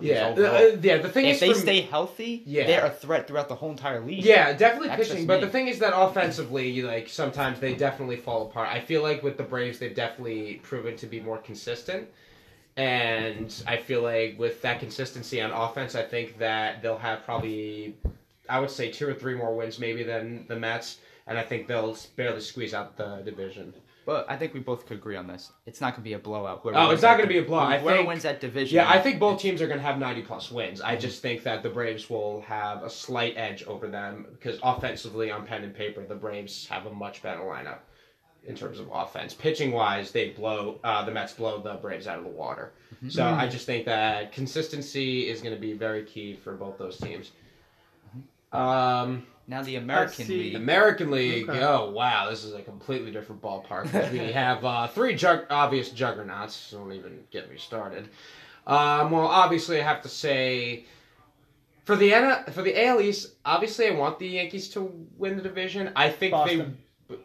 Speaker 1: Yeah,
Speaker 3: Overall.
Speaker 1: uh, yeah. The thing
Speaker 3: if
Speaker 1: is,
Speaker 3: they
Speaker 1: for-
Speaker 3: stay healthy,
Speaker 1: Yeah.
Speaker 3: they're a threat throughout the whole entire league.
Speaker 1: Yeah, definitely
Speaker 3: That's
Speaker 1: pitching.
Speaker 3: just
Speaker 1: But
Speaker 3: me.
Speaker 1: the thing is that offensively, you, like sometimes they definitely fall apart. I feel like with the Braves, they've definitely proven to be more consistent. And I feel like with that consistency on offense, I think that they'll have probably, I would say, two or three more wins maybe than the Mets. And I think they'll barely squeeze out the division.
Speaker 3: But I think we both could agree on this. It's not going to be a blowout. Whoever
Speaker 1: Oh,
Speaker 3: wins
Speaker 1: it's not
Speaker 3: that
Speaker 1: going to be a blow. I
Speaker 3: div- Whoever
Speaker 1: think.
Speaker 3: wins that division.
Speaker 1: Yeah, I think both teams are going to have 90 plus wins. I just think that the Braves will have a slight edge over them because offensively, on pen and paper, the Braves have a much better lineup in terms of offense. Pitching wise, they blow uh, the Mets blow the Braves out of the water. So I just think that consistency is going to be very key for both those teams. Um,
Speaker 3: Now the American
Speaker 2: Let's see.
Speaker 3: League.
Speaker 1: American League.
Speaker 2: Okay.
Speaker 1: Oh wow, this is a completely different ballpark. 'cause we have uh, three jug- obvious juggernauts. Don't even get me started. Um, well, obviously, I have to say for the N- for the AL East, obviously, I want the Yankees to win the division. I think
Speaker 2: Boston.
Speaker 1: they.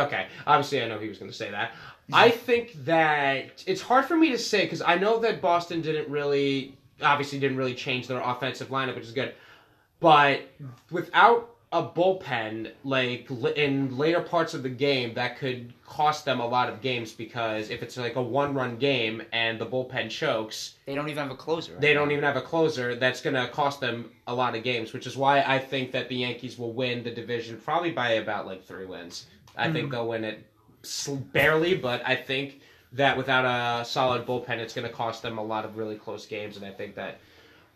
Speaker 1: Okay, obviously, I know he was going to say that. I think that it's hard for me to say because I know that Boston didn't really, obviously, didn't really change their offensive lineup, which is good. But without a bullpen, like li- in later parts of the game, that could cost them a lot of games because if it's like a one-run game and the bullpen chokes,
Speaker 3: They don't even have a closer. right
Speaker 1: they don't
Speaker 3: now.
Speaker 1: even have a closer. That's going to cost them a lot of games, which is why I think that the Yankees will win the division probably by about like three wins. I
Speaker 2: Mm.
Speaker 1: think they'll win it sl- barely, but I think that without a solid bullpen, it's going to cost them a lot of really close games, and I think that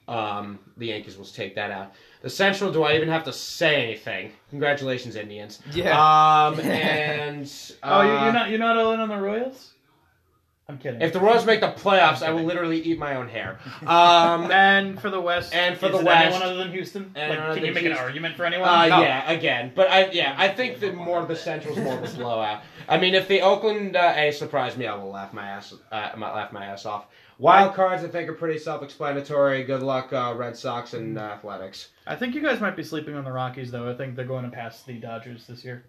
Speaker 1: um, the Yankees will take that out. The Central, do I even have to say anything? Congratulations, Indians.
Speaker 3: Yeah.
Speaker 1: Um, and
Speaker 2: Oh, you-
Speaker 1: uh,
Speaker 2: you're not you're not all in on the Royals. I'm kidding.
Speaker 1: If the Royals make the playoffs, I will literally eat my own hair. Um,
Speaker 2: and for the West,
Speaker 1: And for the
Speaker 2: is it anyone
Speaker 1: West.
Speaker 2: other than Houston?
Speaker 1: And
Speaker 2: Like,
Speaker 1: other
Speaker 2: can
Speaker 1: than
Speaker 2: you make
Speaker 1: Houston.
Speaker 2: an argument for anyone?
Speaker 1: Uh,
Speaker 2: No.
Speaker 1: Yeah, again, but I yeah, I think that more of the Central's more of a blowout. I mean, if the Oakland uh, A's surprise me, I will laugh my ass, uh, I might laugh my ass off. Wild cards, I think, are pretty self-explanatory. Good luck, uh, Red Sox and uh, Athletics.
Speaker 2: I think you guys might be sleeping on the Rockies, though. I think they're going to pass the Dodgers this year.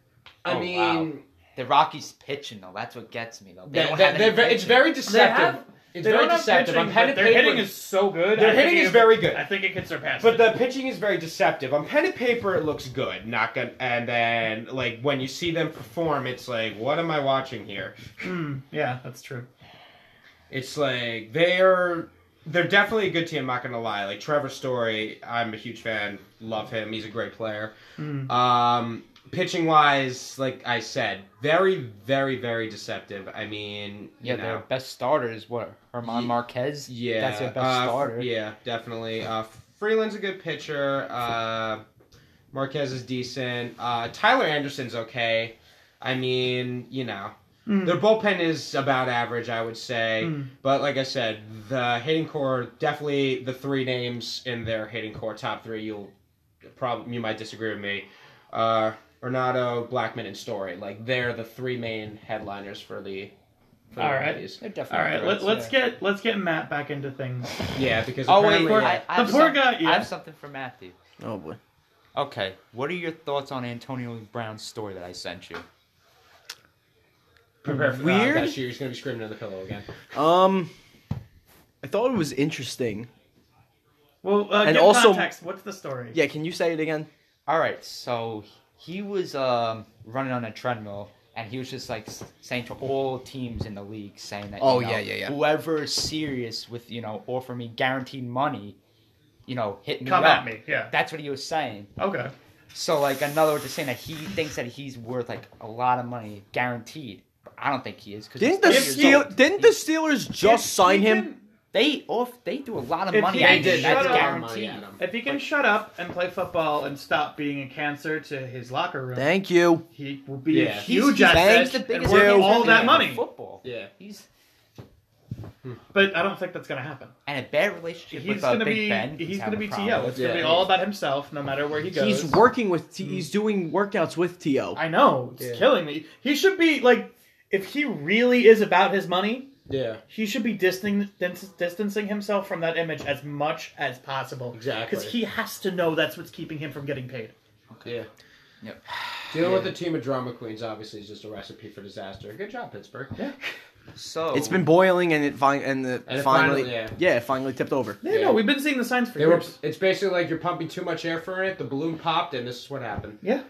Speaker 1: I
Speaker 3: Oh,
Speaker 1: mean,
Speaker 3: wow. The Rockies pitching though. That's what gets me though. They
Speaker 1: that-
Speaker 3: don't
Speaker 1: that-
Speaker 3: have
Speaker 1: they're
Speaker 3: any
Speaker 1: ve- it's
Speaker 3: pitching.
Speaker 1: very deceptive.
Speaker 2: have-
Speaker 1: it's
Speaker 2: they
Speaker 1: very
Speaker 2: don't have
Speaker 1: deceptive.
Speaker 2: pitching,
Speaker 1: I'm
Speaker 2: but
Speaker 1: pen and
Speaker 2: their
Speaker 1: paper.
Speaker 2: hitting is so good.
Speaker 1: Their
Speaker 2: I think
Speaker 1: hitting
Speaker 2: it-
Speaker 1: is very good.
Speaker 2: I think it could surpass.
Speaker 1: But
Speaker 2: But
Speaker 1: the pitching is very deceptive. On pen and paper, it looks good. Not good. And then, like when you see them perform, it's like, what am I watching here?
Speaker 2: yeah, that's true.
Speaker 1: It's like they're they're definitely a good team. I'm not gonna lie. Like Trevor Story, I'm a huge fan. Love him. He's a great player.
Speaker 2: Mm.
Speaker 1: Um, pitching wise, like I said, very, very, very deceptive. I mean,
Speaker 3: Yeah,
Speaker 1: you
Speaker 3: their
Speaker 1: know,
Speaker 3: best starter is what Herman
Speaker 1: Ye-
Speaker 3: Marquez.
Speaker 1: yeah,
Speaker 3: that's their best
Speaker 1: uh,
Speaker 3: starter.
Speaker 1: Yeah, definitely. Uh, Freeland's a good pitcher. Uh, Marquez is decent. Uh, Tyler Anderson's okay. I mean, you know.
Speaker 2: Mm.
Speaker 1: Their bullpen is about average, I would say.
Speaker 2: Mm.
Speaker 1: But like I said, the hitting core definitely the three names in their hitting core top three. You'll probably you might disagree with me. Uh, Renato, Blackman, and Story. Like they're the three main headliners for the. For
Speaker 2: All
Speaker 1: the
Speaker 2: right.
Speaker 1: Rockies.
Speaker 3: They're
Speaker 2: All
Speaker 3: definitely.
Speaker 2: right,
Speaker 3: threats,
Speaker 2: let, let's
Speaker 3: yeah.
Speaker 2: get let's get Matt back into things.
Speaker 1: Yeah, because
Speaker 3: Oh wait,
Speaker 1: apparently-
Speaker 3: I, I
Speaker 2: The
Speaker 3: have
Speaker 2: poor
Speaker 3: some-
Speaker 2: guy, yeah.
Speaker 3: I have something for Matthew.
Speaker 4: Oh boy.
Speaker 3: Okay, what are your thoughts on Antonio Brown's story that I sent you?
Speaker 1: prepare for
Speaker 4: Weird.
Speaker 1: Uh, that year, he's gonna be screaming in the pillow again.
Speaker 4: Um, I thought it was interesting
Speaker 2: Well, uh,
Speaker 4: And
Speaker 2: give
Speaker 4: also-
Speaker 2: context. What's the story?
Speaker 4: Yeah, can you say it again?
Speaker 3: All right, so he was um, running on a treadmill, and he was just like s- saying to all teams in the league, saying that. you
Speaker 4: Oh,
Speaker 3: know,
Speaker 4: yeah, yeah, yeah.
Speaker 3: Whoever is serious with you know offer me guaranteed money, you know, hit me
Speaker 2: Come
Speaker 3: up."
Speaker 2: at me. Yeah.
Speaker 3: That's what he was saying.
Speaker 2: Okay.
Speaker 3: So like another was just saying that he thinks that he's worth like a lot of money guaranteed. But I don't think he is because
Speaker 4: Didn't the
Speaker 2: If you-
Speaker 4: Steel, didn't the Steelers just
Speaker 2: If
Speaker 4: sign
Speaker 2: he
Speaker 4: him?
Speaker 2: can-
Speaker 3: they off they do a lot of
Speaker 2: If
Speaker 3: money.
Speaker 2: he-
Speaker 3: at
Speaker 2: They
Speaker 3: him,
Speaker 2: did.
Speaker 3: That's
Speaker 2: Shut up.
Speaker 3: guaranteed.
Speaker 2: If he can shut up and play football and stop being a cancer to his locker room,
Speaker 4: Thank you.
Speaker 2: he will be a
Speaker 1: Yeah.
Speaker 2: huge
Speaker 3: he's,
Speaker 2: asset
Speaker 3: he's the
Speaker 2: and
Speaker 3: biggest
Speaker 2: worth
Speaker 3: guaranteed
Speaker 2: all that
Speaker 3: in
Speaker 2: money.
Speaker 3: Football.
Speaker 1: Yeah.
Speaker 3: He's
Speaker 2: But I don't think that's going to happen.
Speaker 3: and a bad relationship
Speaker 2: He's
Speaker 3: with uh,
Speaker 2: going to
Speaker 3: Big
Speaker 2: be
Speaker 3: Ben.
Speaker 2: he's going to
Speaker 3: having
Speaker 2: be
Speaker 3: a
Speaker 2: To.
Speaker 3: problem.
Speaker 2: It's going
Speaker 1: Yeah.
Speaker 2: to be all about himself, no matter where he goes.
Speaker 4: He's working with. T- he's doing workouts with To.
Speaker 2: I know it's
Speaker 1: Yeah.
Speaker 2: killing me. He should be like, if he really is about his money,
Speaker 1: Yeah.
Speaker 2: he should be distancing distancing himself from that image as much as possible.
Speaker 1: Exactly.
Speaker 2: Because he has to know that's what's keeping him from getting paid.
Speaker 1: Yeah.
Speaker 3: Yep.
Speaker 1: Dealing with a team of drama queens obviously is just a recipe for disaster. Good job, Pittsburgh. Yeah.
Speaker 3: So
Speaker 4: It's been boiling, and it fin- and, the
Speaker 1: And it
Speaker 4: finally,
Speaker 1: finally- yeah.
Speaker 4: it finally tipped over.
Speaker 2: Yeah,
Speaker 1: Yeah.
Speaker 2: no, we've been seeing the signs for
Speaker 1: They were,
Speaker 2: years.
Speaker 1: it's basically like you're pumping too much air for it. The balloon popped, and this is what happened.
Speaker 2: Yeah.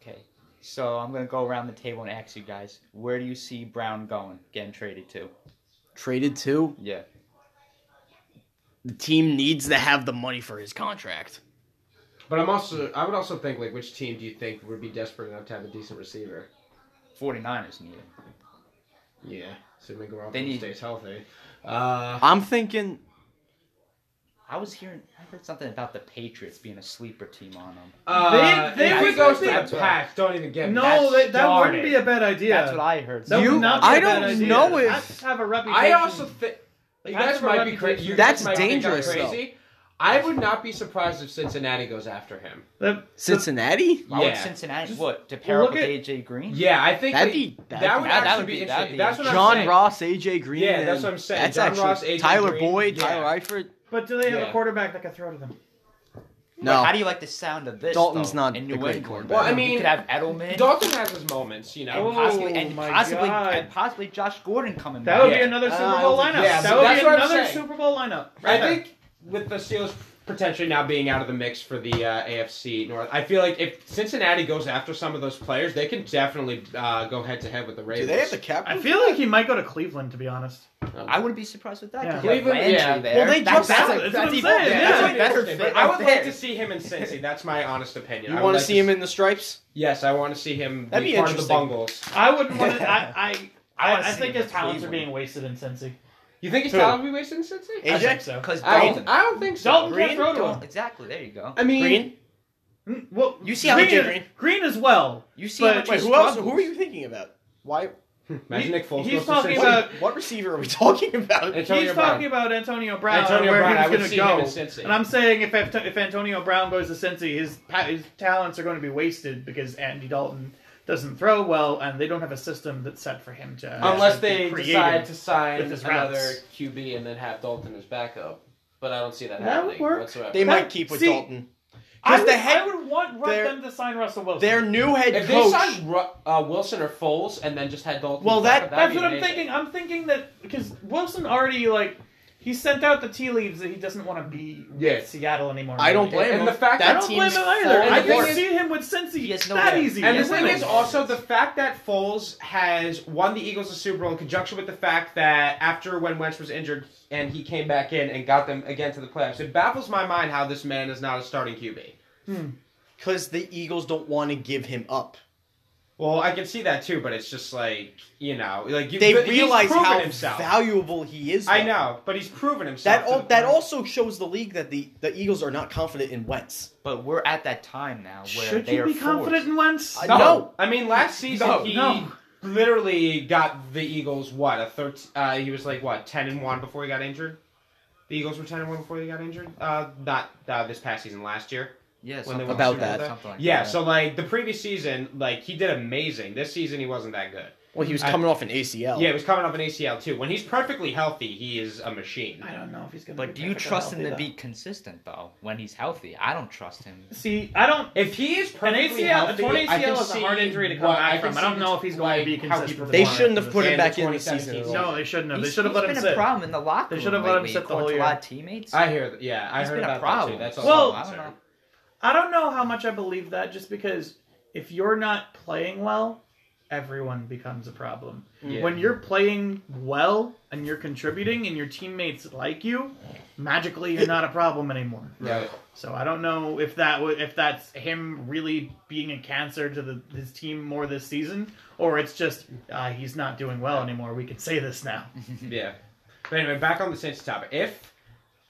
Speaker 3: okay. So I'm gonna go around the table and ask you guys, where do you see Brown going, getting traded to?
Speaker 4: Traded to
Speaker 3: Yeah.
Speaker 4: the team needs to have the money for his contract.
Speaker 1: But I'm also, I would also think like, which team do you think would be desperate enough to have a decent receiver?
Speaker 3: 49ers need him.
Speaker 1: Yeah, assuming Garoppolo
Speaker 3: They need-
Speaker 1: stays healthy. Uh,
Speaker 4: I'm thinking.
Speaker 3: I was hearing, I heard something about the Patriots being a sleeper team on him.
Speaker 1: uh,
Speaker 2: they
Speaker 1: if
Speaker 2: would-
Speaker 1: he goes to
Speaker 2: that's
Speaker 1: the
Speaker 3: what-
Speaker 1: Pats, don't even get me.
Speaker 2: No,
Speaker 1: That's
Speaker 2: that, that wouldn't be a
Speaker 1: started.
Speaker 2: bad idea.
Speaker 3: That's what I heard.
Speaker 2: That would
Speaker 4: You-
Speaker 2: not be a
Speaker 4: I
Speaker 2: bad
Speaker 4: don't
Speaker 2: idea.
Speaker 4: know if-
Speaker 2: Pats have a reputation.
Speaker 1: I also think you
Speaker 2: Pats
Speaker 1: guys
Speaker 2: have a
Speaker 1: might be
Speaker 2: reputation.
Speaker 1: crazy. You
Speaker 4: That's
Speaker 1: guys might think I'm
Speaker 4: dangerous, though.
Speaker 1: Crazy. I would not be surprised if Cincinnati goes after him.
Speaker 2: The-
Speaker 4: Cincinnati?
Speaker 3: Why would
Speaker 1: yeah.
Speaker 3: Cincinnati,
Speaker 2: Just
Speaker 3: what, to pair up
Speaker 2: look
Speaker 3: with
Speaker 2: at-
Speaker 3: AJ Green?
Speaker 1: Yeah, I think
Speaker 4: That'd
Speaker 1: they-
Speaker 4: be- that'd
Speaker 1: that
Speaker 4: be-
Speaker 1: would
Speaker 3: that
Speaker 1: actually
Speaker 3: would
Speaker 1: be,
Speaker 3: be- that'd
Speaker 1: interesting.
Speaker 3: be
Speaker 1: That's what I'm
Speaker 4: John
Speaker 1: saying.
Speaker 4: Ross, AJ Green.
Speaker 1: Yeah,
Speaker 4: and-
Speaker 1: that's what I'm saying.
Speaker 4: That's
Speaker 1: John
Speaker 4: actually
Speaker 1: Ross, AJ
Speaker 4: Tyler
Speaker 1: Green,
Speaker 4: Boyd,
Speaker 1: yeah.
Speaker 4: Tyler Eifert.
Speaker 2: but do they have
Speaker 1: Yeah.
Speaker 2: a quarterback that can throw to them?
Speaker 4: No,
Speaker 3: How do you like the sound of this?
Speaker 4: Dalton's
Speaker 3: though,
Speaker 4: not
Speaker 3: in
Speaker 4: a
Speaker 3: New
Speaker 4: great
Speaker 3: England.
Speaker 4: quarterback. Well,
Speaker 1: I
Speaker 3: you
Speaker 1: mean,
Speaker 3: could have Edelman,
Speaker 1: Dalton has his moments, you know.
Speaker 2: Oh,
Speaker 3: possibly, and
Speaker 2: my
Speaker 3: possibly,
Speaker 2: God.
Speaker 3: and possibly Josh Gordon coming
Speaker 2: That
Speaker 3: back.
Speaker 2: would be
Speaker 1: Yeah.
Speaker 2: another Super
Speaker 4: Uh,
Speaker 2: Bowl lineup.
Speaker 1: yeah,
Speaker 2: that
Speaker 1: so
Speaker 2: would
Speaker 1: that's
Speaker 2: be
Speaker 1: what I'm
Speaker 2: another
Speaker 1: saying.
Speaker 2: Super Bowl lineup.
Speaker 1: I
Speaker 2: right there.
Speaker 1: think with the Steelers potentially now being out of the mix for the uh, AFC North, I feel like if Cincinnati goes after some of those players, they can definitely uh, go head to head with the Ravens.
Speaker 4: cap?
Speaker 2: I feel like he might go to Cleveland, to be honest.
Speaker 3: I wouldn't be surprised with that.
Speaker 2: Yeah.
Speaker 3: 'cause you have
Speaker 1: Cleveland,
Speaker 3: Landry
Speaker 1: yeah.
Speaker 3: there.
Speaker 4: Well, they
Speaker 3: That's-
Speaker 4: just
Speaker 3: that's
Speaker 4: settled.
Speaker 3: a-
Speaker 2: That's what I'm
Speaker 3: even-
Speaker 2: saying,
Speaker 1: Yeah,
Speaker 2: yeah.
Speaker 1: that
Speaker 2: that's
Speaker 1: would
Speaker 2: a
Speaker 1: be
Speaker 3: better
Speaker 1: interesting,
Speaker 3: fit
Speaker 1: but I would
Speaker 3: right
Speaker 1: like
Speaker 3: there.
Speaker 1: to see him in Cincy. That's my honest opinion.
Speaker 4: You
Speaker 1: I would
Speaker 4: want to
Speaker 1: like
Speaker 4: see him in the stripes?
Speaker 1: Yes, I want to see him
Speaker 4: That'd
Speaker 1: be,
Speaker 4: be
Speaker 1: part of the
Speaker 4: interesting.
Speaker 1: Bungles.
Speaker 2: I wouldn't want to. I, I,
Speaker 3: I
Speaker 2: I,
Speaker 3: wanna
Speaker 2: I
Speaker 3: see
Speaker 2: think
Speaker 3: him
Speaker 2: his talents are
Speaker 3: Cleveland.
Speaker 2: being wasted in Cincy.
Speaker 1: You think his
Speaker 2: Who?
Speaker 1: talent will be wasted in Cincy?
Speaker 2: I
Speaker 4: AJ?
Speaker 2: think so.
Speaker 3: Because
Speaker 1: I don't,
Speaker 3: Dalton,
Speaker 1: I don't think so.
Speaker 2: Dalton
Speaker 4: Green?
Speaker 2: can't throw to him.
Speaker 3: Dalton- exactly. There you go.
Speaker 1: I mean,
Speaker 4: Green?
Speaker 2: Mm, Well,
Speaker 3: You see how
Speaker 2: green,
Speaker 3: much
Speaker 2: is-
Speaker 4: Green-
Speaker 2: green as well.
Speaker 3: You see how
Speaker 2: But-
Speaker 3: much
Speaker 2: Wait,
Speaker 3: he
Speaker 2: who else-
Speaker 3: struggles.
Speaker 4: thinking about? Why?
Speaker 1: Imagine Nick Foles
Speaker 2: He's
Speaker 1: goes to
Speaker 2: talking
Speaker 1: Cincy.
Speaker 2: about-
Speaker 4: what receiver are we talking about?
Speaker 1: Antonio
Speaker 2: He's
Speaker 1: Brown.
Speaker 2: talking about Antonio Brown
Speaker 1: Antonio
Speaker 2: and where
Speaker 1: Brown, I would
Speaker 2: he's
Speaker 1: see
Speaker 2: going
Speaker 1: him in
Speaker 2: to
Speaker 1: Cincy.
Speaker 2: go. And I'm saying if Ant- if Antonio Brown goes to Cincy, his pa- his talents are going to be wasted because Andy Dalton doesn't throw well, and they don't have a system that's set for him to.
Speaker 1: Unless
Speaker 2: actually be
Speaker 1: they
Speaker 2: creative.
Speaker 1: decide to sign
Speaker 2: with his
Speaker 1: another
Speaker 2: routes.
Speaker 1: QB and then have Dalton as backup. But I don't see that,
Speaker 2: That
Speaker 1: happening
Speaker 2: would work.
Speaker 1: whatsoever.
Speaker 4: They might
Speaker 2: That-
Speaker 4: keep with
Speaker 2: see-
Speaker 4: Dalton.
Speaker 2: I
Speaker 4: 'Cause
Speaker 2: would,
Speaker 4: the head-
Speaker 2: I would want Ru-
Speaker 4: their-
Speaker 2: them to sign Russell Wilson.
Speaker 4: Their new head
Speaker 1: if they
Speaker 4: coach.
Speaker 1: signed Ru- uh, Wilson or Foles and then just had Dalton,
Speaker 4: Well,
Speaker 1: as backup,
Speaker 4: that-
Speaker 1: that'd
Speaker 2: That's
Speaker 1: be
Speaker 2: what I'm
Speaker 1: amazing.
Speaker 2: thinking. I'm thinking that because Wilson already like he sent out the tea leaves that he doesn't want to be with
Speaker 1: Yeah.
Speaker 2: Seattle anymore.
Speaker 4: I don't
Speaker 1: And-
Speaker 4: blame
Speaker 1: and
Speaker 4: him.
Speaker 1: the fact-
Speaker 2: I
Speaker 4: that
Speaker 2: don't blame
Speaker 4: team's
Speaker 2: him either.
Speaker 4: falling
Speaker 2: I
Speaker 4: apart.
Speaker 2: can see him with Cincy.
Speaker 3: He has no
Speaker 2: that
Speaker 3: way.
Speaker 2: easy.
Speaker 1: And the
Speaker 2: He's
Speaker 1: thing
Speaker 2: winning.
Speaker 1: is also the fact that Foles has won the Eagles a Super Bowl in conjunction with the fact that after when Wentz was injured and he came back in and got them again to the playoffs, it baffles my mind how this man is not a starting QB.
Speaker 4: because the Eagles don't want to give him up.
Speaker 1: Well, I can see that too, but it's just like you know, like you,
Speaker 4: They
Speaker 1: but he's
Speaker 4: realize
Speaker 1: proven
Speaker 4: how
Speaker 1: himself.
Speaker 4: valuable he is.
Speaker 1: I
Speaker 4: though.
Speaker 1: know, but he's proven himself.
Speaker 4: That
Speaker 1: to
Speaker 4: al-
Speaker 1: the
Speaker 4: that
Speaker 1: point.
Speaker 4: also shows the league that the, the Eagles are not confident in Wentz.
Speaker 3: But we're at that time now where
Speaker 2: Should
Speaker 3: they
Speaker 2: you
Speaker 3: are
Speaker 2: be confident
Speaker 3: forced.
Speaker 2: in Wentz?
Speaker 4: I-
Speaker 1: No.
Speaker 4: No.
Speaker 1: I mean, last season
Speaker 2: No,
Speaker 1: he
Speaker 2: no.
Speaker 1: literally got the Eagles what a third. Uh, he was like what ten and one before he got injured. The Eagles were ten and one before they got injured. Uh, not uh, this past season, last year.
Speaker 3: Yeah,
Speaker 1: when they
Speaker 3: something
Speaker 1: won
Speaker 3: like
Speaker 4: About that.
Speaker 3: Something like
Speaker 1: Yeah,
Speaker 3: that.
Speaker 1: so like the previous season, like he did amazing. This season he wasn't that good.
Speaker 4: Well, he was
Speaker 1: I-
Speaker 4: coming off an ACL.
Speaker 1: Yeah, he was coming up an ACL too. When he's perfectly healthy, he is a machine.
Speaker 2: I don't know if he's gonna.
Speaker 3: But
Speaker 2: be
Speaker 3: do you
Speaker 2: perfectly
Speaker 3: trust him
Speaker 2: healthy,
Speaker 3: to be consistent though when he's healthy? I don't trust him.
Speaker 2: though. See, I don't.
Speaker 1: If he is
Speaker 2: An
Speaker 1: perfectly
Speaker 2: ACL, a
Speaker 1: healthy,
Speaker 2: torn
Speaker 1: I can
Speaker 2: ACL is a
Speaker 1: see
Speaker 2: hard injury to come
Speaker 1: what-
Speaker 2: back
Speaker 1: can
Speaker 2: from. I
Speaker 1: see
Speaker 2: don't know if he's going to be
Speaker 1: like, how he
Speaker 2: consistent.
Speaker 4: They
Speaker 2: performance
Speaker 4: shouldn't have
Speaker 2: in
Speaker 4: put
Speaker 2: this.
Speaker 4: him
Speaker 1: And
Speaker 4: back
Speaker 1: the
Speaker 4: in the
Speaker 1: 2017
Speaker 4: season. at all.
Speaker 1: season.
Speaker 2: No, they shouldn't have. They
Speaker 3: He's-
Speaker 2: should have
Speaker 3: he's
Speaker 2: let him
Speaker 3: been
Speaker 2: sit.
Speaker 3: a problem in the locker
Speaker 2: They
Speaker 3: room.
Speaker 2: should have let him
Speaker 3: lately,
Speaker 2: sit the
Speaker 3: according
Speaker 2: whole
Speaker 3: to A lot of teammates.
Speaker 1: I hear that. Yeah, I
Speaker 3: He's
Speaker 1: heard
Speaker 3: been a
Speaker 1: about that too.
Speaker 3: problem.
Speaker 1: That's all
Speaker 2: Well-
Speaker 1: I'm
Speaker 3: I don't
Speaker 1: concerned.
Speaker 3: know.
Speaker 2: I don't know how much I believe that just because if you're not playing well, everyone becomes a problem.
Speaker 1: Yeah.
Speaker 2: When you're playing well and you're contributing and your teammates like you, magically you're not a problem anymore.
Speaker 1: Right.
Speaker 2: So I don't know if that w- if that's him really being a cancer to the, his team more this season or it's just uh, he's not doing well anymore. We can say this now.
Speaker 1: Yeah. But anyway, back on the Saints topic. If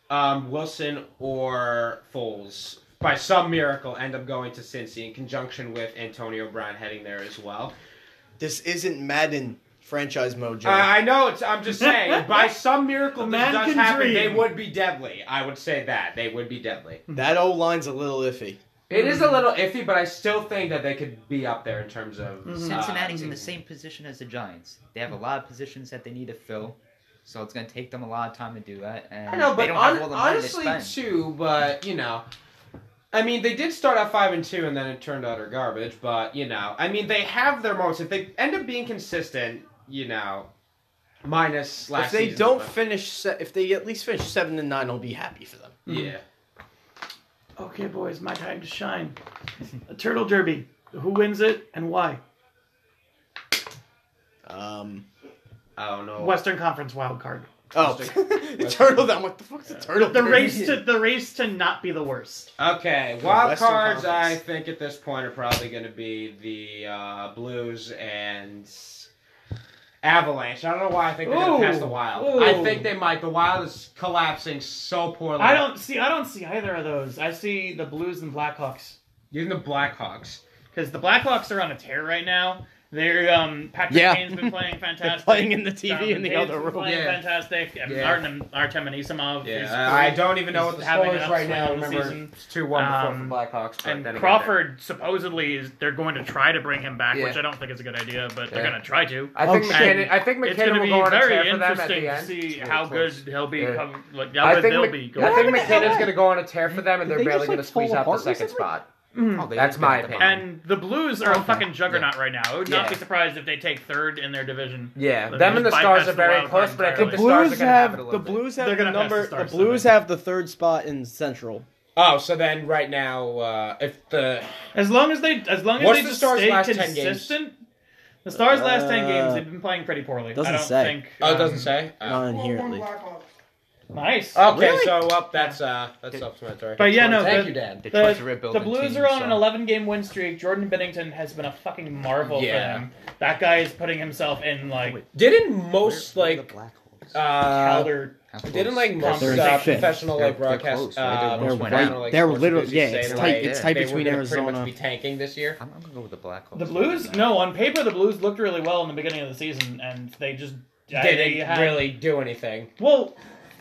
Speaker 1: um, Wilson or Foles, by some miracle, end up going to Cincy in conjunction with Antonio Brown heading there as well.
Speaker 4: This isn't Madden franchise mode, Joe.
Speaker 1: I I know. It's, I'm just saying, by some miracle,
Speaker 2: A
Speaker 1: this
Speaker 2: man
Speaker 1: does
Speaker 2: can
Speaker 1: happen. They
Speaker 2: dream.
Speaker 1: would be deadly. I would say that they would be deadly.
Speaker 4: that O line's a little iffy.
Speaker 1: It is a little iffy, but I still think that they could be up there in terms of uh,
Speaker 3: Mm-hmm. Cincinnati's in the same position as the Giants. They have a lot of positions that they need to fill, so it's going to take them a lot of time to do that. And
Speaker 1: I know,
Speaker 3: they
Speaker 1: but
Speaker 3: don't
Speaker 1: hon-
Speaker 3: have all the money
Speaker 1: honestly,
Speaker 3: to spend.
Speaker 1: too. But you know, I mean, they did start out five and two, and then it turned out utter garbage. But you know, I mean, they have their moments. If they end up being consistent, you know, minus last.
Speaker 4: If they
Speaker 1: season's
Speaker 4: don't
Speaker 1: one.
Speaker 4: finish, se- if they at least finish seven and nine, I'll be happy for them.
Speaker 1: yeah,
Speaker 2: Okay, boys, my time to shine. A turtle derby. Who wins it and why?
Speaker 4: Um.
Speaker 1: I don't know.
Speaker 2: Western Conference wild card.
Speaker 4: Oh, the turtle. I'm like, the fuck's the turtle?
Speaker 2: The
Speaker 4: doing
Speaker 2: race
Speaker 4: here?
Speaker 2: to the race to not be the worst.
Speaker 1: Okay, wild
Speaker 4: Western
Speaker 1: cards. I
Speaker 4: Conference.
Speaker 1: think at this point are probably going to be the uh, Blues and Avalanche. I don't know why I think they're going
Speaker 2: Ooh.
Speaker 1: to pass the Wild. I
Speaker 2: Ooh.
Speaker 1: think they might. The Wild is collapsing so poorly.
Speaker 2: I don't see. I don't see either of those. I see the Blues and Blackhawks
Speaker 1: Even the Blackhawks.
Speaker 2: because the Blackhawks are on a tear right now. They're um, Patrick
Speaker 4: Yeah.
Speaker 2: Kane's been playing fantastic.
Speaker 4: playing in the TV in the
Speaker 2: Taves
Speaker 4: other
Speaker 2: is
Speaker 4: room.
Speaker 2: Playing
Speaker 1: Yeah.
Speaker 2: fantastic. And
Speaker 1: Yeah.
Speaker 2: Artem, Artem Anisimov. is
Speaker 1: Yeah, I, I don't even know
Speaker 2: He's
Speaker 1: what the
Speaker 2: having
Speaker 1: score is
Speaker 2: an
Speaker 1: right now.
Speaker 2: upswing this
Speaker 1: Remember,
Speaker 2: season.
Speaker 1: it's two one before
Speaker 2: Um,
Speaker 1: for Blackhawks. But then
Speaker 2: And
Speaker 1: again,
Speaker 2: Crawford supposedly is they're going to try to bring him back,
Speaker 1: Yeah.
Speaker 2: which I don't think is a good idea, but they're
Speaker 1: Yeah.
Speaker 2: going to try to.
Speaker 1: I think
Speaker 4: Oh,
Speaker 1: McKinnon.
Speaker 2: shit.
Speaker 1: I think
Speaker 2: it's going
Speaker 1: McKinnon
Speaker 2: to
Speaker 1: will
Speaker 2: be
Speaker 1: go on a tear
Speaker 2: very
Speaker 1: for them at the
Speaker 2: interesting to
Speaker 1: end.
Speaker 2: see
Speaker 1: Really
Speaker 2: how good
Speaker 1: close.
Speaker 2: he'll be.
Speaker 1: Yeah.
Speaker 2: Come, like, how
Speaker 1: I
Speaker 2: good
Speaker 1: think,
Speaker 2: they'll
Speaker 1: Mc-
Speaker 2: be.
Speaker 1: I think
Speaker 4: Yeah, but
Speaker 1: McKinnon's
Speaker 4: they're-
Speaker 1: going to go on a tear for them, and
Speaker 4: Did
Speaker 1: they're
Speaker 4: they
Speaker 1: barely
Speaker 4: just,
Speaker 1: going to squeeze
Speaker 4: like, fall
Speaker 1: out the
Speaker 4: apart
Speaker 1: second
Speaker 4: recently?
Speaker 1: spot.
Speaker 3: Oh, they
Speaker 1: That's
Speaker 3: did
Speaker 1: my
Speaker 3: get them.
Speaker 1: opinion.
Speaker 2: And the Blues are a
Speaker 3: Okay.
Speaker 2: fucking juggernaut right now. I would not be
Speaker 1: Yeah.
Speaker 2: surprised if they take third in their division.
Speaker 1: Yeah,
Speaker 2: But
Speaker 1: them
Speaker 2: they
Speaker 1: and the
Speaker 2: bypass
Speaker 1: Stars are
Speaker 2: the
Speaker 1: very
Speaker 2: wild card
Speaker 1: close, but I think
Speaker 4: The
Speaker 1: the Stars
Speaker 2: entirely.
Speaker 1: are
Speaker 4: Blues
Speaker 1: going to have it
Speaker 4: have
Speaker 1: a
Speaker 4: the
Speaker 1: little bit.
Speaker 4: Blues have
Speaker 2: They're
Speaker 4: the
Speaker 2: gonna pass the
Speaker 4: number. The
Speaker 2: Stars,
Speaker 4: Blues
Speaker 2: so they-
Speaker 4: have the third spot in Central.
Speaker 1: Oh, so then right now, uh, if the
Speaker 2: As long as they, as long as
Speaker 1: What's
Speaker 2: they
Speaker 1: the
Speaker 2: just
Speaker 1: Stars
Speaker 2: stay
Speaker 1: last 10 games?
Speaker 2: consistent. The Stars' last ten games,
Speaker 4: Uh,
Speaker 2: they've been playing pretty poorly.
Speaker 4: doesn't
Speaker 2: I don't
Speaker 4: say.
Speaker 2: think.
Speaker 1: oh, it
Speaker 2: um,
Speaker 1: doesn't say.
Speaker 4: Not
Speaker 1: Oh.
Speaker 4: in here at least.
Speaker 2: Nice.
Speaker 1: Okay,
Speaker 4: Really?
Speaker 1: so well, that's uh, that's self-explanatory.
Speaker 2: But yeah, no,
Speaker 1: thank
Speaker 2: the-
Speaker 1: you, Dan.
Speaker 3: They tried
Speaker 2: The,
Speaker 3: to rebuild
Speaker 2: the
Speaker 3: the
Speaker 2: Blues
Speaker 3: team,
Speaker 2: are on
Speaker 3: so-
Speaker 2: an 11 game win streak. Jordan Bennington has been a fucking marvel
Speaker 1: Yeah.
Speaker 2: for them. That guy is putting himself in like
Speaker 1: Didn't most like uh,
Speaker 2: Calder.
Speaker 3: How close?
Speaker 1: Didn't like most
Speaker 2: They're
Speaker 1: uh,
Speaker 4: fifth.
Speaker 1: professional like
Speaker 3: They're- they're
Speaker 1: broadcast.
Speaker 3: close, right? They're
Speaker 1: uh,
Speaker 3: one
Speaker 1: most
Speaker 3: point
Speaker 1: professional,
Speaker 3: out.
Speaker 1: like,
Speaker 4: They're
Speaker 1: sports
Speaker 4: literally-
Speaker 1: producers
Speaker 4: yeah, it's
Speaker 1: say,
Speaker 4: tight-
Speaker 1: like,
Speaker 3: it's
Speaker 4: tight
Speaker 1: they were
Speaker 4: between
Speaker 1: gonna pretty
Speaker 4: Arizona.
Speaker 1: much be tanking this year.
Speaker 3: I'm, I'm gonna go with the Blackhawks.
Speaker 2: the Blues? No, on paper the Blues looked really well in the beginning of the season, and they just they
Speaker 1: Didn't
Speaker 2: had-
Speaker 1: really do anything.
Speaker 2: Well,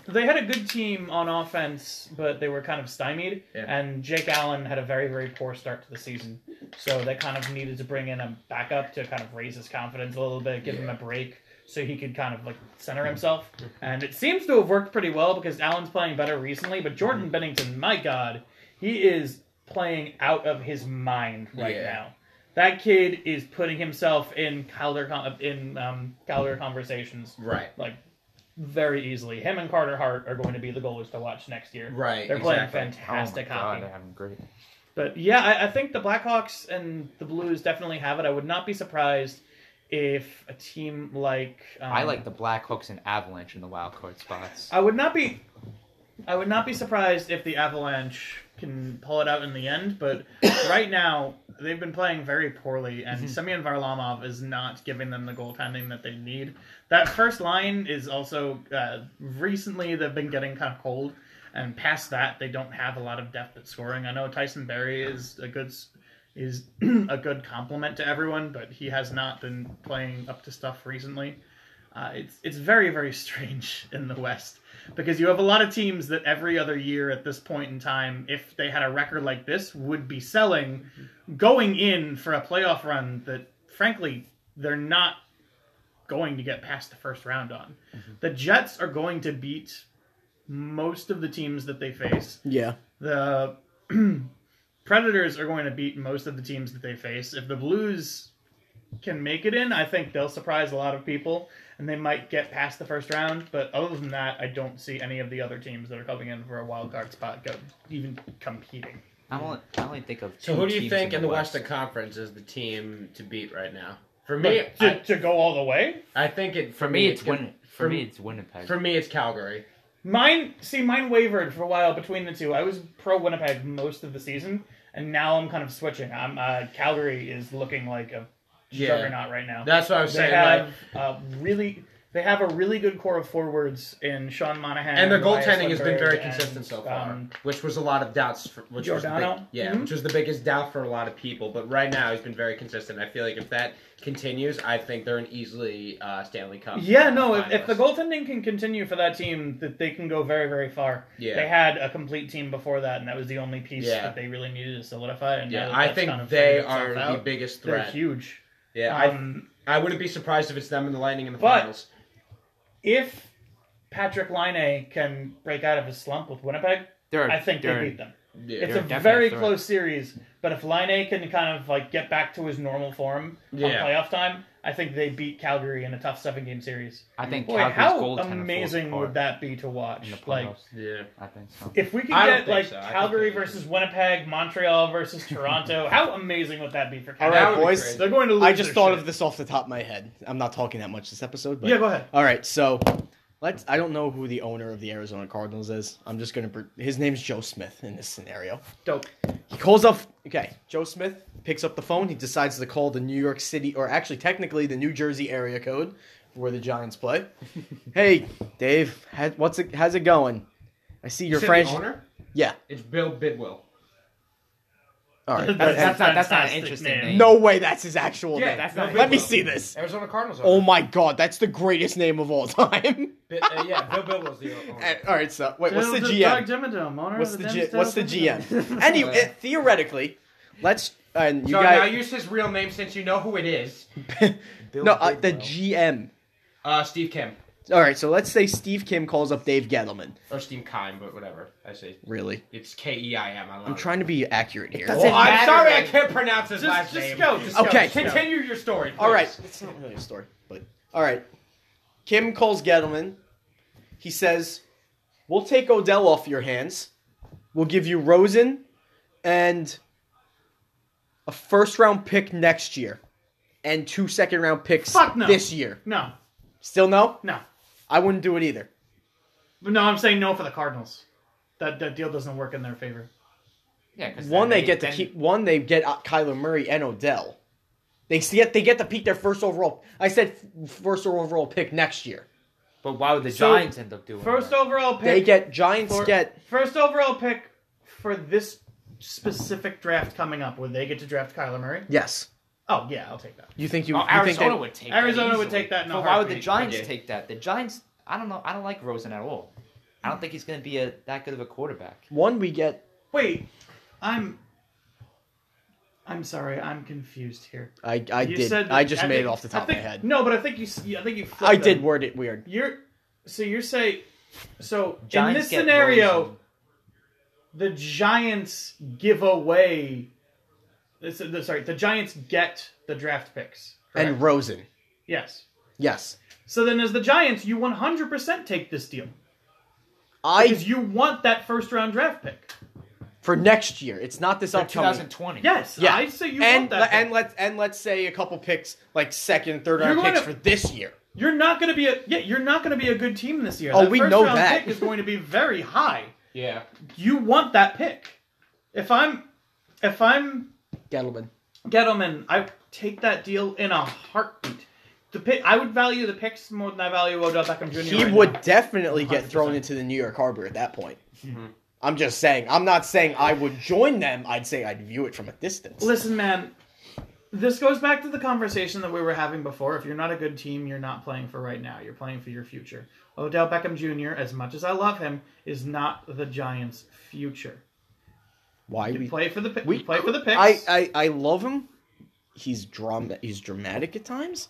Speaker 2: they had a good team on offense, but they were kind of stymied.
Speaker 1: Yeah.
Speaker 2: And Jake Allen had a very, very poor start to the season, so they kind of needed to bring in a backup to kind of raise his confidence a little bit, give him a break, so he could kind of like center himself. And it seems to have worked pretty well because Allen's playing better recently. But
Speaker 1: Mm-hmm.
Speaker 2: Jordan Bennington, my God, he is playing out of his mind right
Speaker 1: Yeah.
Speaker 2: now. That kid is putting himself in Calder con- in um, Calder conversations
Speaker 1: Right.
Speaker 2: like very easily. Him and Carter Hart are going to be the goalies to watch next year.
Speaker 1: Right.
Speaker 2: They're playing
Speaker 1: exactly. Oh,
Speaker 2: fantastic hockey.
Speaker 3: I'm great.
Speaker 2: But yeah, I, I think the Blackhawks and the Blues definitely have it. I would not be surprised if a team like um,
Speaker 3: I like the Blackhawks and Avalanche in the wild card spots.
Speaker 2: I would not be. I would not be surprised if the Avalanche can pull it out in the end, but right now they've been playing very poorly, and Semyon Varlamov is not giving them the goaltending that they need. That first line is also uh, recently they've been getting kind of cold, and past that they don't have a lot of depth at scoring. I know Tyson Berry is a good s- is a good compliment to everyone, but he has not been playing up to stuff recently. Uh, it's it's very very strange in the West because you have a lot of teams that every other year at this point in time, if they had a record like this, would be selling, going in for a playoff run that frankly they're not going to get past the first round on. The Jets are going to beat most of the teams that they face.
Speaker 4: Yeah.
Speaker 2: The Predators are going to beat most of the teams that they face. If the Blues can make it in, I think they'll surprise a lot of people and they might get past the first round. But other than that, I don't see any of the other teams that are coming in for a wild card spot go, even competing.
Speaker 3: I only, I only think of.
Speaker 1: So
Speaker 3: two
Speaker 1: who do you
Speaker 3: teams
Speaker 1: think in the
Speaker 3: West.
Speaker 1: Western Conference is the team to beat right now? For me,
Speaker 2: But
Speaker 1: I,
Speaker 2: to, to go all the way?
Speaker 1: I think it.
Speaker 3: For me, it's
Speaker 1: gonna-
Speaker 3: Win. For me, it's Winnipeg.
Speaker 1: For me, it's Calgary.
Speaker 2: Mine, see, mine wavered for a while between the two. I was pro Winnipeg most of the season, and now I'm kind of switching. I'm uh, Calgary is looking like a
Speaker 1: Yeah.
Speaker 2: juggernaut right now.
Speaker 1: That's what I was
Speaker 2: they
Speaker 1: saying. like-
Speaker 2: have uh, really, they have a really good core of forwards in Sean Monahan,
Speaker 1: and their
Speaker 2: Elias
Speaker 1: goaltending has been
Speaker 2: Lindbergh,
Speaker 1: very
Speaker 2: and,
Speaker 1: consistent so far,
Speaker 2: um,
Speaker 1: which was a lot of doubts. For, which Was the
Speaker 2: Giordano?
Speaker 1: big, yeah,
Speaker 2: Mhm.
Speaker 1: which was the biggest doubt for a lot of people. But right now, he's been very consistent. I feel like if that continues, I think they're an easily uh, Stanley Cup.
Speaker 2: yeah, no. If, if the
Speaker 1: finalist.
Speaker 2: goaltending can continue for that team, that they can go very, very far.
Speaker 1: Yeah.
Speaker 2: They had a complete team before that, and that was the only piece
Speaker 1: Yeah.
Speaker 2: that they really needed to solidify. And now
Speaker 1: yeah,
Speaker 2: that
Speaker 1: I
Speaker 2: that's
Speaker 1: think
Speaker 2: kind of
Speaker 1: they
Speaker 2: figured
Speaker 1: are
Speaker 2: itself out,
Speaker 1: the biggest
Speaker 2: They're
Speaker 1: threat.
Speaker 2: huge.
Speaker 1: Yeah,
Speaker 2: Um,
Speaker 1: I, I wouldn't be surprised if it's them and the Lightning in the
Speaker 2: But-
Speaker 1: finals.
Speaker 2: if Patrick Line can break out of his slump with Winnipeg,
Speaker 3: They're,
Speaker 2: I think they
Speaker 3: they're-
Speaker 2: beat them.
Speaker 1: Yeah,
Speaker 2: It's
Speaker 3: they're
Speaker 2: a
Speaker 3: definitely
Speaker 2: very
Speaker 3: a threat.
Speaker 2: close series, but if Line can kind of like get back to his normal form on
Speaker 1: Yeah.
Speaker 2: playoff time, I think they beat Calgary in a tough seven game series.
Speaker 3: I think
Speaker 2: Boy,
Speaker 3: Calgary's
Speaker 2: how
Speaker 3: goaltender falls
Speaker 2: amazing
Speaker 3: apart
Speaker 2: would that be to
Speaker 3: in the
Speaker 2: watch?
Speaker 3: playoffs.
Speaker 2: Like,
Speaker 1: yeah.
Speaker 3: I think so.
Speaker 2: if we could
Speaker 1: I don't
Speaker 2: get
Speaker 1: think
Speaker 2: like
Speaker 1: so. I think
Speaker 2: Calgary
Speaker 1: they would.
Speaker 2: versus Winnipeg, Montreal versus Toronto, how amazing would that be for
Speaker 4: All
Speaker 2: Calgary?
Speaker 1: That
Speaker 4: right,
Speaker 1: would be
Speaker 4: boys.
Speaker 1: crazy.
Speaker 2: They're going to lose.
Speaker 4: I just
Speaker 2: their
Speaker 4: thought
Speaker 2: shit.
Speaker 4: of this off the top of my head. I'm not talking that much this episode, but
Speaker 2: Yeah, go ahead.
Speaker 4: All right, so let's. I don't know who the owner of the Arizona Cardinals is. I'm just gonna. br- His name's Joe Smith in this scenario.
Speaker 2: Dope.
Speaker 4: He calls up. Okay, Joe Smith picks up the phone. He decides to call the New York City, or actually, technically, the New Jersey area code where the Giants play. hey, Dave, how, what's it? How's it going? I see your
Speaker 1: You said the
Speaker 4: French.
Speaker 1: owner?
Speaker 4: Yeah.
Speaker 1: It's Bill Bidwell.
Speaker 4: All right.
Speaker 2: That's-
Speaker 4: And-
Speaker 3: That's not, that's not an
Speaker 2: fantastic
Speaker 3: interesting
Speaker 2: name.
Speaker 3: name.
Speaker 4: no way, that's his actual
Speaker 1: Yeah,
Speaker 4: name.
Speaker 1: that's
Speaker 3: not-
Speaker 4: Let me see this.
Speaker 1: Arizona Cardinals.
Speaker 4: Oh
Speaker 1: owner.
Speaker 4: my god, that's the greatest name of all time.
Speaker 1: Bi- uh, yeah, Bill Bidwell's the owner.
Speaker 4: Uh, all right, so wait, what's the GM? What's the G- What's the GM? Any eh,
Speaker 1: Yeah.
Speaker 4: theoretically, let's and you
Speaker 1: so now
Speaker 4: guys.
Speaker 1: use his real name since you know who it is.
Speaker 4: no, uh, the GM.
Speaker 1: Uh, Steve Kim
Speaker 4: All right, so let's say Steve Kim calls up Dave Gettleman.
Speaker 1: or Steve Kime, but whatever. I say
Speaker 4: Really,
Speaker 1: it's K E I M. I love
Speaker 4: I'm
Speaker 1: it.
Speaker 4: trying to be accurate here.
Speaker 3: doesn't
Speaker 1: Well, I'm
Speaker 3: matter,
Speaker 1: sorry, I
Speaker 3: then.
Speaker 1: can't pronounce his last
Speaker 2: Just, just
Speaker 1: name.
Speaker 2: go. Just
Speaker 4: Okay.
Speaker 2: Go, just go.
Speaker 1: Continue your story. Please.
Speaker 4: All right, it's not really a story, but all right. Kim calls Gettleman. He says, "We'll take Odell off your hands. We'll give you Rosen and a first round pick next year, and two second round picks
Speaker 2: Fuck no.
Speaker 4: this year.
Speaker 2: No,
Speaker 4: Still no?
Speaker 2: no,
Speaker 4: I wouldn't do it either.
Speaker 2: But no. I'm saying no for the Cardinals. That that deal doesn't work in their favor.
Speaker 3: Yeah, 'cause
Speaker 4: One,
Speaker 3: then
Speaker 4: they get to
Speaker 3: then-
Speaker 4: keep. One, they get uh, Kyler Murray and Odell. They see it. They get to peak their first overall. I said f- first overall pick next year.
Speaker 3: But why would the
Speaker 2: So,
Speaker 3: Giants end up doing
Speaker 2: First
Speaker 3: that?
Speaker 2: overall pick.
Speaker 4: They get Giants
Speaker 2: for-
Speaker 4: get
Speaker 2: first overall pick for this specific draft coming up, where they get to draft Kyler Murray.
Speaker 4: yes.
Speaker 2: Oh yeah, I'll take that.
Speaker 4: You think you?
Speaker 3: Oh,
Speaker 4: you think
Speaker 3: Arizona
Speaker 4: they-
Speaker 3: would take
Speaker 2: Arizona
Speaker 3: that
Speaker 2: would
Speaker 3: easily.
Speaker 2: take that in a
Speaker 3: But why would the
Speaker 2: heartbeat.
Speaker 3: Giants
Speaker 1: Okay.
Speaker 3: take that? The Giants, I don't know. I don't like Rosen at all. I don't think he's going to be a that good of a quarterback.
Speaker 4: One, we get.
Speaker 2: Wait, I'm. I'm sorry, I'm confused here.
Speaker 4: I I
Speaker 2: You
Speaker 4: did.
Speaker 2: said that-
Speaker 4: I just made
Speaker 2: think-
Speaker 4: it off the top
Speaker 2: I think,
Speaker 4: of my head.
Speaker 2: No, but I think you. s- I think you. flipped
Speaker 4: I
Speaker 2: them.
Speaker 4: did word it weird.
Speaker 2: You're so you're saying so in
Speaker 3: Giants
Speaker 2: this
Speaker 3: get
Speaker 2: scenario,
Speaker 3: Rosen.
Speaker 2: the Giants give away. this- the- Sorry, the Giants get the draft picks. correct?
Speaker 4: And Rosen,
Speaker 2: yes.
Speaker 4: yes.
Speaker 2: So then, as the Giants, you 100% take this deal
Speaker 4: I
Speaker 2: because you want that first round draft pick.
Speaker 4: for next year. It's not this
Speaker 3: For
Speaker 4: upcoming.
Speaker 3: 2020.
Speaker 2: Yes,
Speaker 4: Yeah.
Speaker 2: I say you
Speaker 4: And
Speaker 2: want that.
Speaker 4: and
Speaker 2: pick.
Speaker 4: let's and let's say a couple picks like second, third
Speaker 2: You're
Speaker 4: round
Speaker 2: going
Speaker 4: picks
Speaker 2: to-
Speaker 4: for this year.
Speaker 2: you're not going to be a yeah. You're not going to be a good team this year.
Speaker 4: Oh,
Speaker 2: that
Speaker 4: we
Speaker 2: first
Speaker 4: know
Speaker 2: round
Speaker 4: that.
Speaker 2: pick is going to be very high.
Speaker 1: Yeah.
Speaker 2: You want that pick. If I'm, if I'm
Speaker 4: Gettleman.
Speaker 2: Gettleman, I take that deal in a heartbeat. The pick, I would value the picks more than I value Odell Beckham Jr.
Speaker 4: He
Speaker 2: right
Speaker 4: would
Speaker 2: now.
Speaker 4: definitely get thrown
Speaker 2: 100%.
Speaker 4: into the New York Harbor at that point. I'm just saying. I'm not saying I would join them. I'd say I'd view it from a distance.
Speaker 2: Listen, man, this goes back to the conversation that we were having before. If you're not a good team, you're not playing for right now. You're playing for your future. Odell Beckham Jr., as much as I love him, is not the Giants' future.
Speaker 4: Why
Speaker 2: You
Speaker 4: we
Speaker 2: play for the pick.
Speaker 4: we-
Speaker 2: You play for the picks.
Speaker 4: I, I I love him. He's drama. He's dramatic at times.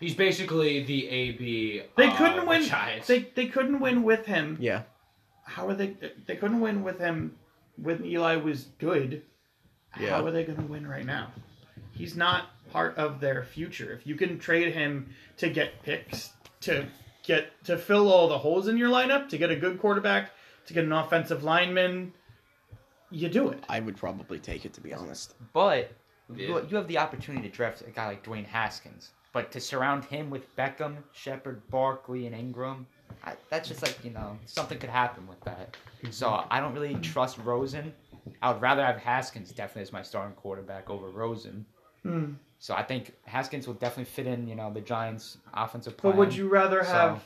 Speaker 1: He's basically the AB.
Speaker 2: They
Speaker 1: of
Speaker 2: couldn't
Speaker 4: Oh,
Speaker 1: the
Speaker 2: win.
Speaker 1: Giants.
Speaker 2: They they couldn't win with him.
Speaker 4: Yeah.
Speaker 2: How are they? They couldn't win with him when Eli was good.
Speaker 4: Yeah.
Speaker 2: How are they going to win right now? He's not part of their future. If you can trade him to get picks to get to fill all the holes in your lineup, to get a good quarterback, to get an offensive lineman, you do it.
Speaker 4: I would probably take it to be honest.
Speaker 3: But
Speaker 1: Yeah.
Speaker 3: you, you have the opportunity to draft a guy like Dwayne Haskins. But to surround him with Beckham, Shepard, Barkley, and Ingram, I, that's just like, you know, something could happen with that. So I don't really trust Rosen. I would rather have Haskins definitely as my starting quarterback over Rosen.
Speaker 2: Hmm.
Speaker 3: So I think Haskins will definitely fit in, you know, the Giants' offensive plan.
Speaker 2: But would you rather
Speaker 3: So-
Speaker 2: have?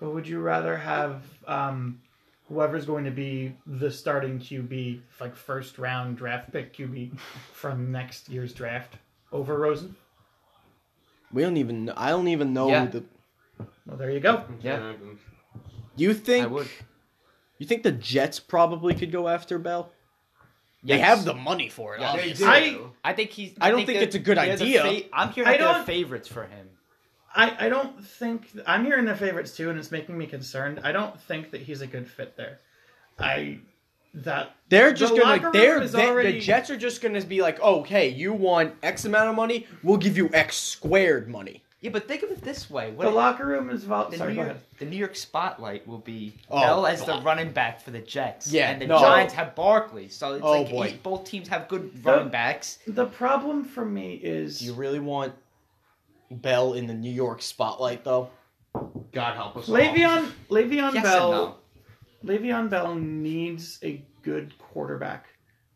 Speaker 2: But would you rather have um, whoever's going to be the starting QB, like first round draft pick QB from next year's draft, over Rosen?
Speaker 4: We don't even. I don't even know
Speaker 3: Yeah.
Speaker 4: who the.
Speaker 2: Well, there you go.
Speaker 3: Yeah.
Speaker 4: You
Speaker 3: I
Speaker 4: think?
Speaker 3: would.
Speaker 4: You think the Jets probably could go after Bell? They
Speaker 3: Yes.
Speaker 4: have the money for it.
Speaker 3: Yeah, they
Speaker 4: obviously.
Speaker 2: I-
Speaker 3: I think he's.
Speaker 4: I don't think
Speaker 3: they're-
Speaker 4: it's a good
Speaker 3: they're the
Speaker 4: idea.
Speaker 3: fa- I'm here
Speaker 2: I
Speaker 3: that they're
Speaker 2: don't-
Speaker 3: favorites for him.
Speaker 2: I, I don't think I'm hearing the favorites too, and it's making me concerned. I don't think that he's a good fit there. I that
Speaker 4: They're just
Speaker 2: The
Speaker 4: gonna.
Speaker 2: locker
Speaker 4: They're
Speaker 2: room is
Speaker 4: they- the
Speaker 2: already-
Speaker 4: Jets are just gonna be like, oh, hey, you want X amount of money? We'll give you X squared money.
Speaker 3: Yeah, but think of it this way. What
Speaker 2: the locker room is vol-
Speaker 3: the
Speaker 2: Oh, sorry.
Speaker 3: New
Speaker 2: Go
Speaker 3: York,
Speaker 2: ahead.
Speaker 3: the New York spotlight will be
Speaker 4: Oh,
Speaker 3: Bell as the
Speaker 4: God.
Speaker 3: running back for the Jets.
Speaker 4: Yeah,
Speaker 3: and the
Speaker 4: no.
Speaker 3: Giants have Barkley, so it's
Speaker 4: Oh,
Speaker 3: like
Speaker 4: boy.
Speaker 3: each- both teams have good running backs.
Speaker 2: The problem for me
Speaker 4: Do you
Speaker 2: is
Speaker 4: really want Bell in the New York spotlight though?
Speaker 1: God help us. all.
Speaker 2: Le'Veon Le'Veon
Speaker 3: Yes
Speaker 2: Bell.
Speaker 3: and no.
Speaker 2: Le'Veon Bell needs a good quarterback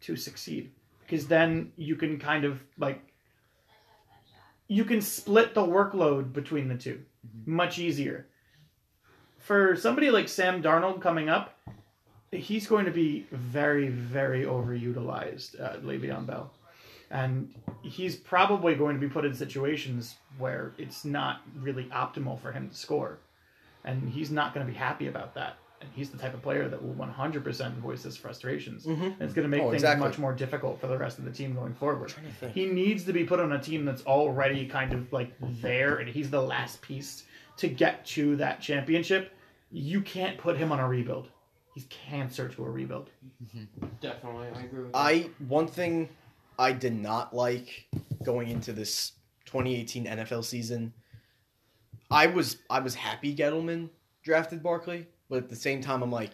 Speaker 2: to succeed because then you can kind of like you can split the workload between the 2 much easier. For somebody like Sam Darnold coming up, he's going to be very very overutilized. Uh, Le'Veon Bell, and he's probably going to be put in situations where it's not really optimal for him to score and he's not going to be happy about that. And he's the type of player that will 100% voice his frustrations. And it's going to make
Speaker 4: Oh,
Speaker 2: things
Speaker 4: exactly.
Speaker 2: much more difficult for the rest of the team going forward. He needs to be put on a team that's already kind of like there, and he's the last piece to get to that championship. You can't put him on a rebuild. He's cancer to a rebuild.
Speaker 1: Definitely, I agree with that.
Speaker 4: I one thing I did not like going into this 2018 NFL season. I was I was happy Gettleman drafted Barkley, but at the same time I'm like,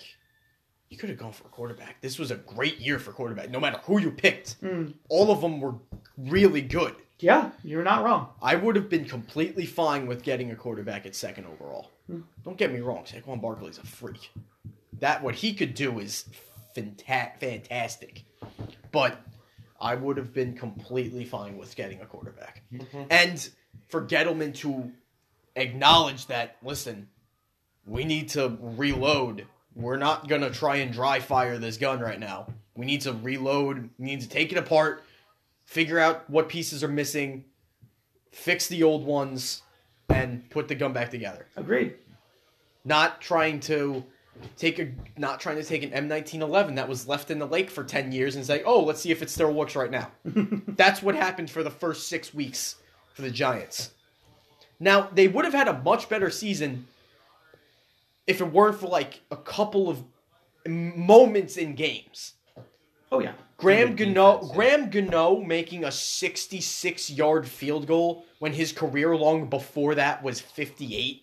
Speaker 4: you could have gone for a quarterback. This was a great year for quarterback. No matter who you picked,
Speaker 2: Hmm.
Speaker 4: all of them were really good.
Speaker 2: Yeah, you're not wrong.
Speaker 4: I would have been completely fine with getting a quarterback at second overall. Don't get me wrong, Saquon Barkley's a freak. That what he could do is fanta- fantastic. But I would have been completely fine with getting a quarterback. And for Gettleman to acknowledge that, listen, we need to reload. We're not going to try and dry fire this gun right now. We need to reload, we need to take it apart, figure out what pieces are missing, fix the old ones, and put the gun back together.
Speaker 2: Agreed.
Speaker 4: Not trying to take a not trying to take an M1911 that was left in the lake for 10 years and say, "Oh, let's see if it still works right now." That's what happened for the first 6 weeks for the Giants. Now, they would have had a much better season if it weren't for like a couple of moments in games.
Speaker 2: Oh, yeah.
Speaker 4: Graham
Speaker 3: defense,
Speaker 4: Gano
Speaker 3: yeah.
Speaker 4: Graham Gano making a 66 yard field goal when his career long before that was 58.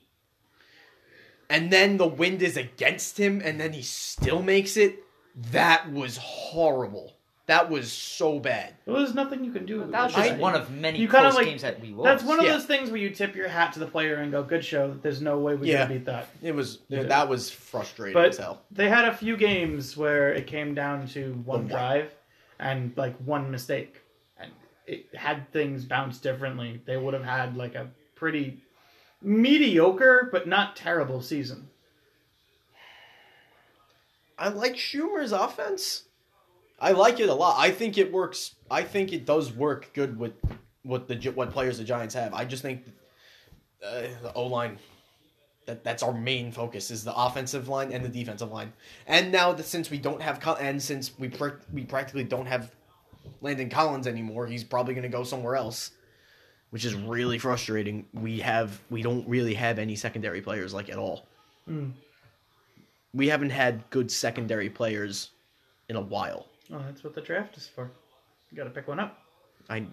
Speaker 4: And then the wind is against him and then he still makes it. That was horrible. That was so bad.
Speaker 2: Well, there's nothing you can do.
Speaker 3: That was just
Speaker 2: I-
Speaker 3: one of many
Speaker 2: you kinda
Speaker 3: close
Speaker 2: like-
Speaker 3: games that we lost.
Speaker 2: That's one of
Speaker 4: Yeah.
Speaker 2: those things where you tip your hat to the player and go, "Good show." There's no way we
Speaker 4: Yeah.
Speaker 2: can beat that.
Speaker 4: It was
Speaker 2: Yeah.
Speaker 4: that was frustrating
Speaker 2: But-
Speaker 4: as hell.
Speaker 2: They had a few games where it came down to one drive and like one mistake. And it had things bounced differently. They would have had like a pretty mediocre but not terrible season.
Speaker 4: I like Schumer's offense. I like it a lot. I think it works. I think it does work good with what the Gi- what players the Giants have. I just think uh, the O line that that's our main focus is the offensive line and the defensive line. And now that since we don't have Col- and since we prac- we practically don't have Landon Collins anymore, he's probably going to go somewhere else. which is really frustrating. We have we don't really have any secondary players like at all.
Speaker 2: Mm.
Speaker 4: We haven't had good secondary players in a while.
Speaker 2: Well, that's what the draft is for. You gotta pick one up.
Speaker 4: I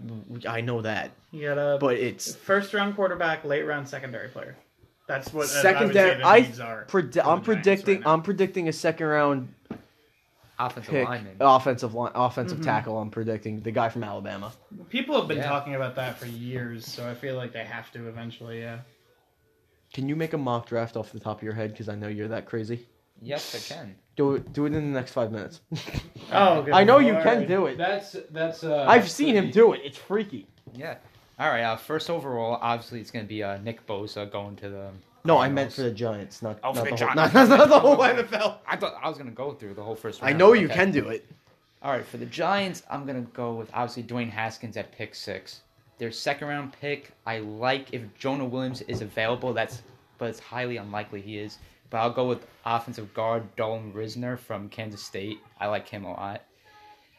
Speaker 4: I know that,
Speaker 2: You gotta
Speaker 4: but it's
Speaker 2: first round quarterback, late round secondary player. That's what uh, I,
Speaker 4: secondary.
Speaker 2: would say the
Speaker 4: I,
Speaker 2: needs are
Speaker 4: predi-
Speaker 2: for the
Speaker 4: I'm
Speaker 2: Giants right
Speaker 4: predicting
Speaker 2: now.
Speaker 4: I'm predicting a second round
Speaker 3: Offensive
Speaker 4: pick,
Speaker 3: lineman.
Speaker 4: offensive line, offensive
Speaker 2: Mhm.
Speaker 4: tackle. I'm predicting the guy from Alabama.
Speaker 2: People have been
Speaker 3: Yeah.
Speaker 2: talking about that for years, so I feel like they have to eventually. Yeah.
Speaker 4: Can you make a mock draft off the top of your head? Because I know you're that crazy.
Speaker 3: Yes, I can.
Speaker 4: Do it. Do it in the next five minutes.
Speaker 2: Oh, good
Speaker 4: I know you
Speaker 2: lord.
Speaker 4: can do it.
Speaker 1: That's that's. Uh,
Speaker 4: I've seen him do it. It's freaky.
Speaker 3: Yeah. All right. Uh, first overall, obviously, it's going to be uh, Nick Bosa going to the.
Speaker 4: No, I meant
Speaker 3: Cardinals.
Speaker 4: for the Giants, not,
Speaker 3: Oh,
Speaker 4: not,
Speaker 3: for
Speaker 4: the,
Speaker 3: the
Speaker 4: whole, not,
Speaker 3: Giants.
Speaker 4: not the whole NFL.
Speaker 3: I thought I was going to go through the whole first.
Speaker 4: I
Speaker 3: round.
Speaker 4: know you
Speaker 3: Okay.
Speaker 4: can do it.
Speaker 3: All right, for the Giants, I'm gonna go with obviously Dwayne Haskins at pick six. Their second round pick, I like if Jonah Williams is available. That's but it's highly unlikely he is. But I'll go with offensive guard Dolan Risner from Kansas State. I like him a lot.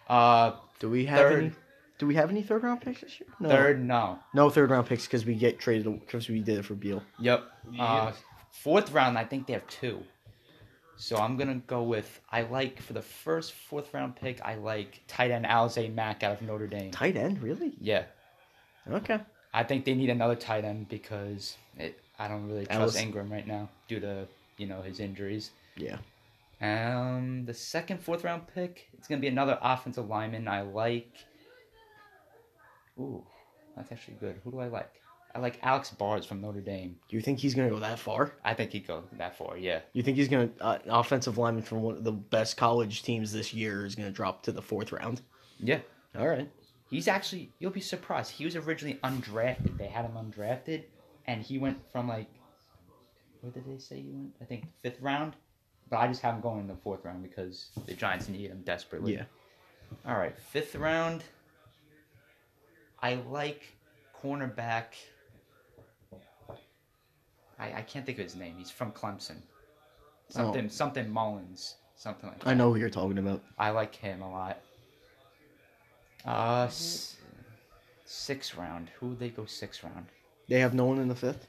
Speaker 3: Uh,
Speaker 4: Do we have
Speaker 3: have
Speaker 4: any?
Speaker 3: any-
Speaker 4: Do we have any third round picks this year? No.
Speaker 3: third, no.
Speaker 4: No third round picks because we get traded because we did it for Beal.
Speaker 3: Yep. Uh,
Speaker 1: Yeah.
Speaker 3: fourth round, I think they have two. So I'm gonna go with I like for the first fourth round pick. I like tight end Alize Mack out of Notre Dame.
Speaker 4: Tight end, really?
Speaker 3: Yeah.
Speaker 4: Okay.
Speaker 3: I think they need another tight end because it, I don't really trust
Speaker 4: Alice-
Speaker 3: Ingram right now due to you know his injuries.
Speaker 4: Yeah.
Speaker 3: Um, the second fourth round pick, it's gonna be another offensive lineman I like. Ooh, that's actually good. Who do I like? I like Alex Barnes from Notre Dame.
Speaker 4: Do you think he's gonna go that far?
Speaker 3: I think he'd go that far. Yeah,
Speaker 4: You think he's gonna uh, an offensive lineman from one of the best college teams this year is gonna drop to the fourth round?
Speaker 3: yeah.
Speaker 4: All right.
Speaker 3: He's actually you'll be surprised. He was originally undrafted. They had him undrafted, and he went from like what did they say he went? I think fifth round. But I just have him going in the fourth round because the Giants need him desperately.
Speaker 4: Yeah.
Speaker 3: All right, fifth round. I like cornerback. I, I can't think of his name. He's from Clemson. Something something Mullins. Something like that.
Speaker 4: I know who you're talking about.
Speaker 3: I like him a lot. Uh, s- six round. Who would they go six round?
Speaker 4: They have no one in the fifth.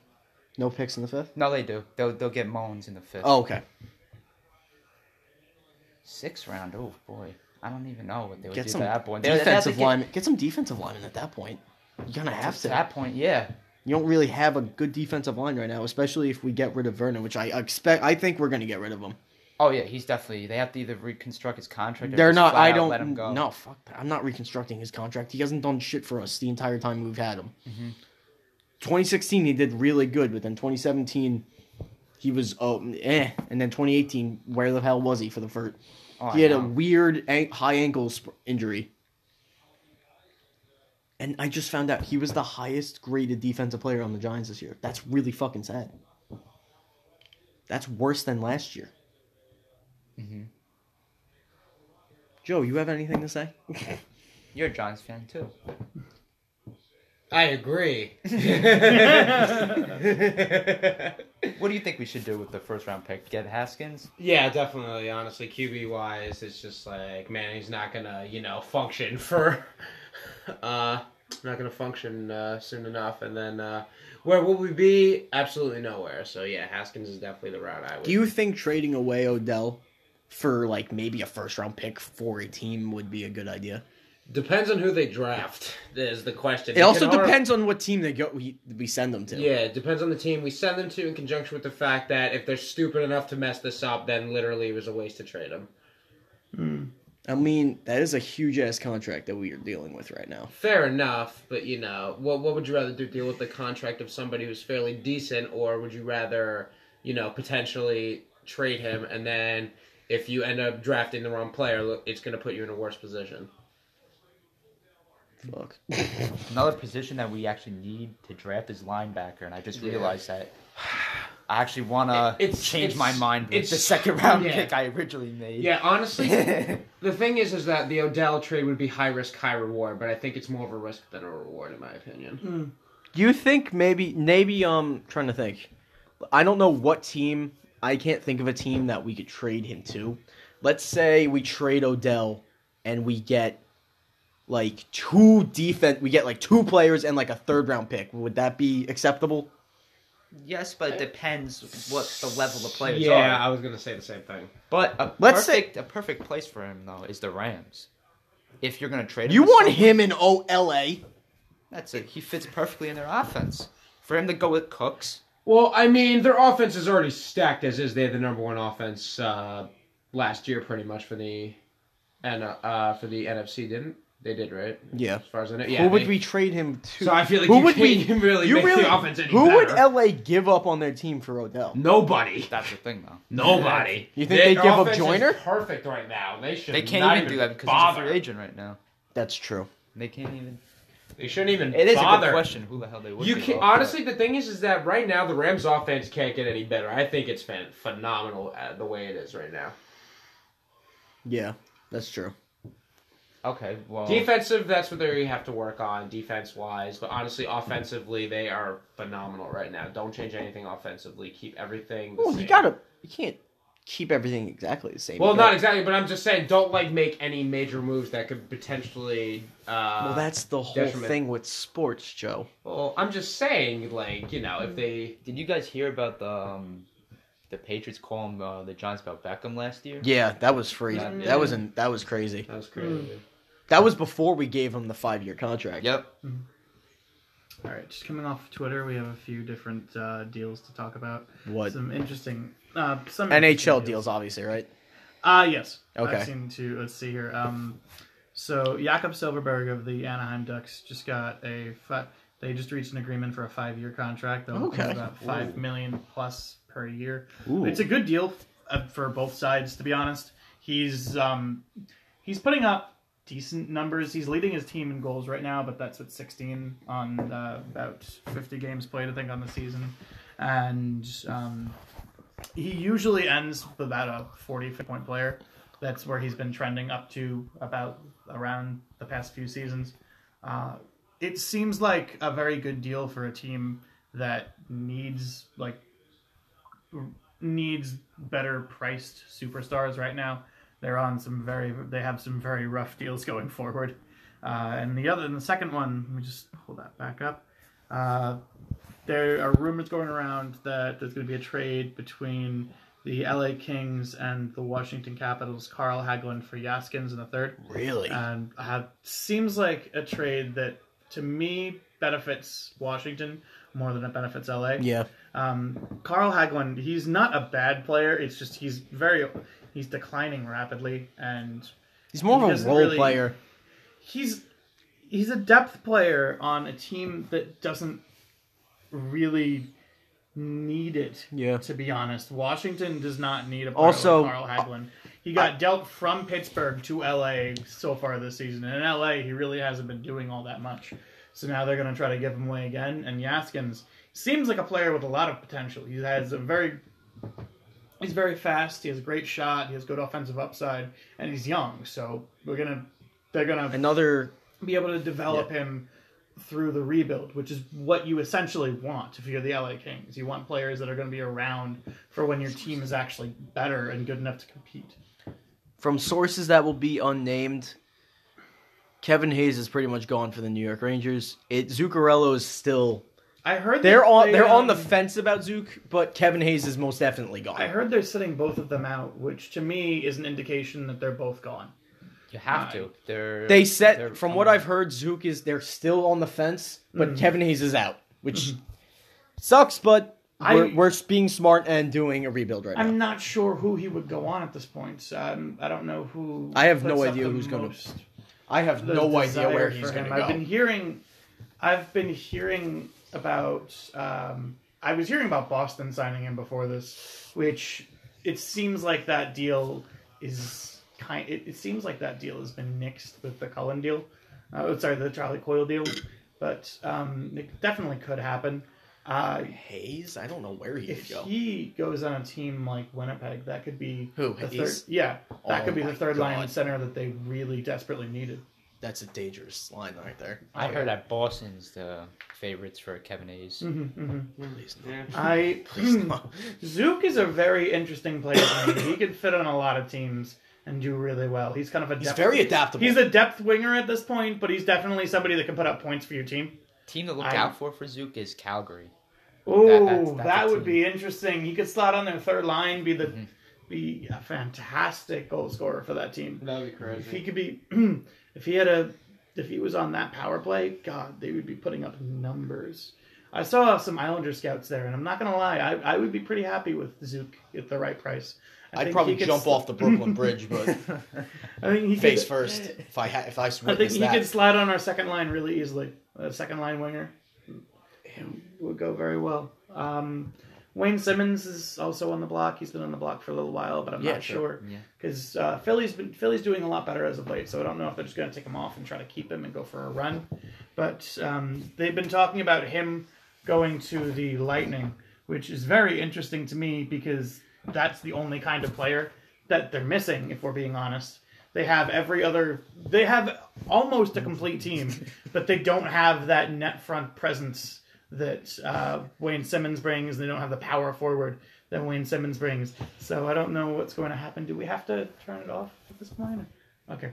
Speaker 4: No picks in the fifth.
Speaker 3: No, they do. They'll they'll get Mullins in the fifth.
Speaker 4: Oh, okay.
Speaker 3: Six round. Oh boy, I don't even know what they would
Speaker 4: Get
Speaker 3: do
Speaker 4: some
Speaker 3: at that point. They- they'd have to
Speaker 4: defensive
Speaker 3: get-
Speaker 4: lineman. Get some defensive lineman at that point. You're gonna have
Speaker 3: To
Speaker 4: to.
Speaker 3: that point, yeah.
Speaker 4: You don't really have a good defensive line right now, especially if we get rid of Vernon, which I expect. I think we're going to get rid of him.
Speaker 3: Oh yeah, he's definitely. They have to either reconstruct his contract. Or
Speaker 4: They're
Speaker 3: just
Speaker 4: not.
Speaker 3: flat
Speaker 4: I
Speaker 3: out
Speaker 4: don't.
Speaker 3: let him go.
Speaker 4: No, fuck. That. I'm not reconstructing his contract. He hasn't done shit for us the entire time we've had him.
Speaker 3: Mm-hmm.
Speaker 4: 2016, he did really good, but then 2017, he was oh eh, and then 2018, where the hell was he for the first?
Speaker 3: Oh,
Speaker 4: he
Speaker 3: I
Speaker 4: had a
Speaker 3: know.
Speaker 4: weird an- high ankle sp- injury. And I just found out he was the highest graded defensive player on the Giants this year. That's really fucking sad. That's worse than last year.
Speaker 3: Mhm.
Speaker 4: Joe, you have anything to say?
Speaker 3: You're a Giants fan too.
Speaker 1: I agree.
Speaker 3: What do you think we should do with the first round pick? Get Haskins?
Speaker 1: yeah, definitely. Honestly, QB wise, it's just like man, he's not gonna you know function for. uh not gonna function uh, soon enough, and then uh, where will we be? Absolutely nowhere. So yeah, Haskins is definitely the route I would.
Speaker 4: Do you think trading away Odell for like maybe a first round pick for a team would be a good idea?
Speaker 1: Depends on who they draft. Is the question.
Speaker 4: It also
Speaker 1: can hard-
Speaker 4: depends on what team they go we, we send them to.
Speaker 1: Yeah, it depends on the team we send them to. In conjunction with the fact that if they're stupid enough to mess this up, then literally it was a waste to trade them.
Speaker 4: I mean, that is a huge ass contract that we are dealing with right now.
Speaker 1: Fair enough, but you know, what what would you rather do? Deal with the contract of somebody who's fairly decent, or would you rather, you know, potentially trade him and then if you end up drafting the wrong player, look, it's going to put you in a worse position.
Speaker 4: Fuck.
Speaker 3: Another position that we actually need to draft is linebacker, and I just
Speaker 1: Yeah.
Speaker 3: realized that. I actually want to
Speaker 1: It- it's-
Speaker 3: change
Speaker 1: it's-
Speaker 3: my mind with
Speaker 1: it's-
Speaker 3: the second round
Speaker 1: yeah.
Speaker 3: pick I originally made.
Speaker 1: Yeah, honestly, the thing is, is that the Odell trade would be high risk, high reward, but I think it's more of a risk than a reward, in my opinion.
Speaker 4: Do you think maybe maybe um trying to think. I don't know what team I can't think of a team that we could trade him to. Let's say we trade Odell and we get like two defense. We get like two players and like a third round pick. Would that be acceptable?
Speaker 3: Yes, but it depends what the level the players
Speaker 1: yeah,
Speaker 3: are.
Speaker 1: I was gonna say the same thing.
Speaker 3: But a
Speaker 4: Let's say-
Speaker 3: perfect a perfect place for him though is the Rams. If you're gonna trade him,
Speaker 4: You
Speaker 3: to
Speaker 4: want
Speaker 3: someone-
Speaker 4: him in OLA?
Speaker 3: That's it. He fits perfectly in their offense. For him to go with Cooks,
Speaker 1: Well, I mean, their offense is already stacked as is. They had the number one offense uh, last year, pretty much for the and uh, uh, for the NFC, didn't they? Did right?
Speaker 4: Yeah.
Speaker 1: As far as I know, yeah.
Speaker 4: who would
Speaker 1: they-
Speaker 4: we trade him to?
Speaker 1: So I feel like
Speaker 4: who
Speaker 1: you
Speaker 4: would
Speaker 1: can't
Speaker 4: we
Speaker 1: even really
Speaker 4: you
Speaker 1: make the
Speaker 4: really,
Speaker 1: offense any
Speaker 4: Who would
Speaker 1: better.
Speaker 4: LA give up on their team for Odell?
Speaker 1: Nobody.
Speaker 3: that's the thing though.
Speaker 1: Nobody.
Speaker 4: You think they
Speaker 1: Their
Speaker 4: give up
Speaker 1: offense is
Speaker 4: Joyner?
Speaker 1: perfect right now. They should.
Speaker 3: They can't
Speaker 1: not
Speaker 3: even, do that because
Speaker 1: bother.
Speaker 3: he's a free agent right now.
Speaker 4: That's true.
Speaker 3: They can't even.
Speaker 1: They shouldn't even.
Speaker 3: It is
Speaker 1: bother.
Speaker 3: a good question. Who the hell they would?
Speaker 1: You
Speaker 3: give
Speaker 1: can
Speaker 3: up, but-
Speaker 1: honestly, the thing is, is that right now the Rams' offense can't get any better. I think it's phen- phenomenal uh, the way it is right now.
Speaker 4: Yeah, that's true.
Speaker 3: Okay, well,
Speaker 6: Oh.
Speaker 1: Defensive, that's what they have to work on defense wise, but honestly, offensively, they are phenomenal right now. Don't change anything offensively. Keep everything. The
Speaker 4: Well,
Speaker 1: same.
Speaker 4: you gotta you can't keep everything exactly the same.
Speaker 1: Well,
Speaker 4: You
Speaker 1: not
Speaker 4: gotta-
Speaker 1: exactly, but I'm just saying, don't like make any major moves that could potentially. Uh,
Speaker 4: Well, that's the whole
Speaker 1: detriment.
Speaker 4: thing with sports, Joe.
Speaker 1: well, I'm just saying, like you know, if they
Speaker 3: did you guys hear about the um, the Patriots calling uh, the Giants about Beckham last year?
Speaker 4: Yeah, that was crazy.
Speaker 3: Yeah.
Speaker 4: That was an, that was crazy.
Speaker 1: that was crazy.
Speaker 4: That was before we gave him the five year contract.
Speaker 3: Yep.
Speaker 2: All right, just coming off Twitter, we have a few different uh, deals to talk about.
Speaker 4: What
Speaker 2: Some interesting, uh, some
Speaker 4: NHL
Speaker 2: interesting
Speaker 4: deals, obviously, right?
Speaker 2: Uh yes.
Speaker 4: Okay.
Speaker 2: I've seen two. Let's see here. Um, so Jakob Silverberg of the Anaheim Ducks just got a. Fi- they just reached an agreement for a five-year contract. They'll
Speaker 4: Okay.
Speaker 2: include about five million plus per year.
Speaker 4: Ooh.
Speaker 2: It's a good deal uh, for both sides, to be honest. He's um, he's putting up decent numbers. He's leading his team in goals right now, but that's with 16 on uh, about 50 games played, I think, on the season. And um, he usually ends with about a 40 point player. That's where he's been trending up to about around the past few seasons. Uh, it seems like a very good deal for a team that needs like needs better priced superstars right now. They're on some very they have some very rough deals going forward. Uh, and the other and the second one, let me just pull that back up. Uh, there are rumors going around that there's going to be a trade between the LA Kings and the Washington Capitals, Carl Hagelin for Yaskins in the third.
Speaker 4: Really?
Speaker 2: And uh, seems like a trade that to me benefits Washington more than it benefits LA.
Speaker 4: yeah.
Speaker 2: Um, Carl Hagelin, he's not a bad player. It's just he's very he's declining rapidly, and
Speaker 4: He's more
Speaker 2: He
Speaker 4: of a
Speaker 2: doesn't
Speaker 4: role
Speaker 2: really-
Speaker 4: player.
Speaker 2: he's he's a depth player on a team that doesn't really need it.
Speaker 4: Yeah.
Speaker 2: To be honest, Washington does not need a player
Speaker 4: Also-
Speaker 2: like Carl Hagelin. He got dealt from Pittsburgh to LA so far this season, and in LA he really hasn't been doing all that much. So now they're going to try to give him away again. And Yaskins seems like a player with a lot of potential. He has a very he's very fast. He has a great shot. He has good offensive upside, and he's young. So we're gonna they're gonna
Speaker 4: Another
Speaker 2: be able to develop him through the rebuild, which is what you essentially want if you're the LA Kings. You want players that are going to be around for when your team is actually better and good enough to compete.
Speaker 4: from sources that will be unnamed. Kevin Hayes is pretty much gone for the New York Rangers. It Zuccarello is still
Speaker 2: I heard
Speaker 4: they're
Speaker 2: that
Speaker 4: on
Speaker 2: they,
Speaker 4: they're on the
Speaker 2: um,
Speaker 4: fence about Zook, but Kevin Hayes is most definitely gone.
Speaker 2: I heard they're sitting both of them out, which to me is an indication that they're both gone.
Speaker 3: You have to. They're
Speaker 4: They said
Speaker 3: they're-
Speaker 4: from what I've heard, Zook is they're still on the fence, but
Speaker 3: Mm.
Speaker 4: Kevin Hayes is out, which
Speaker 3: Mm-hmm.
Speaker 4: sucks. But
Speaker 2: I-
Speaker 4: we're, we're being smart and doing a rebuild right now.
Speaker 2: I'm not sure who he would go on at this point. So I'm, I don't know who.
Speaker 4: I have no
Speaker 2: puts up
Speaker 4: idea
Speaker 2: the
Speaker 4: who's gonna-
Speaker 2: most-
Speaker 4: I have
Speaker 2: the
Speaker 4: no idea
Speaker 2: desire
Speaker 4: where
Speaker 2: for
Speaker 4: he's
Speaker 2: him.
Speaker 4: going to
Speaker 2: I've
Speaker 4: go.
Speaker 2: been hearing, I've been hearing about. Um, I was hearing about Boston signing him before this, which it seems like that deal is kind. It, it seems like that deal has been nixed with the Cullen deal. Uh, sorry, the Charlie Coyle deal, but um, it definitely could happen. Uh,
Speaker 4: Hayes, I don't know where he
Speaker 2: if
Speaker 4: could go.
Speaker 2: he goes on a team like Winnipeg, that could be
Speaker 4: Who,
Speaker 2: the third,
Speaker 4: Oh, Hayes?
Speaker 2: yeah, that
Speaker 4: Oh
Speaker 2: could be
Speaker 4: my
Speaker 2: the third line
Speaker 4: God.
Speaker 2: center that they really desperately needed.
Speaker 4: That's a dangerous line right there.
Speaker 3: I heard that Boston's the favorites for Kevin Hayes.
Speaker 2: Mm-hmm,
Speaker 4: Please no.
Speaker 2: I hmm,
Speaker 4: Please no.
Speaker 2: Zook is a very interesting player. to me. he could fit on a lot of teams, and do really well. He's kind of a
Speaker 4: He's
Speaker 2: depth-
Speaker 4: very adaptable.
Speaker 2: He's a depth winger at this point, but he's definitely somebody that can put up points for your team.
Speaker 3: Team to look
Speaker 2: I-
Speaker 3: out for for Zook is Calgary.
Speaker 2: Oh, that,
Speaker 3: that's- that's a
Speaker 2: would
Speaker 3: team.
Speaker 2: be interesting. He could slot on their third line, be the
Speaker 3: Mm-hmm.
Speaker 2: be a fantastic goal scorer for that team.
Speaker 1: That would be
Speaker 2: If he
Speaker 1: crazy.
Speaker 2: could be, if he had a, if he was on that power play, God, they would be putting up numbers. I saw some Islander scouts there, and I'm not gonna lie, I, I would be pretty happy with Zook at the right price. I
Speaker 6: I'd
Speaker 2: think
Speaker 6: probably
Speaker 2: he could
Speaker 6: jump
Speaker 2: sl-
Speaker 6: off the Brooklyn Bridge, but
Speaker 2: I think he
Speaker 6: face
Speaker 2: could,
Speaker 6: first. If I ha- if I
Speaker 2: I think
Speaker 6: witnessed
Speaker 2: he
Speaker 6: that,
Speaker 2: could slide on our second line really easily. Uh, second line winger It would go very well. Um, Wayne Simmons is also on the block. He's been on the block for a little while, but I'm
Speaker 6: Yeah,
Speaker 2: not
Speaker 6: sure.
Speaker 2: sure
Speaker 3: Yeah.
Speaker 2: because uh, Philly's been Philly's doing a lot better as of late. So I don't know if they're just going to take him off and try to keep him and go for a run. But um, they've been talking about him going to the Lightning, which is very interesting to me because that's the only kind of player that they're missing. If we're being honest, they have every other. They have almost a complete team, but they don't have that net front presence that uh, Wayne Simmons brings. They don't have the power forward that Wayne Simmons brings. So I don't know what's going to happen. Do we have to turn it off at this point? Okay.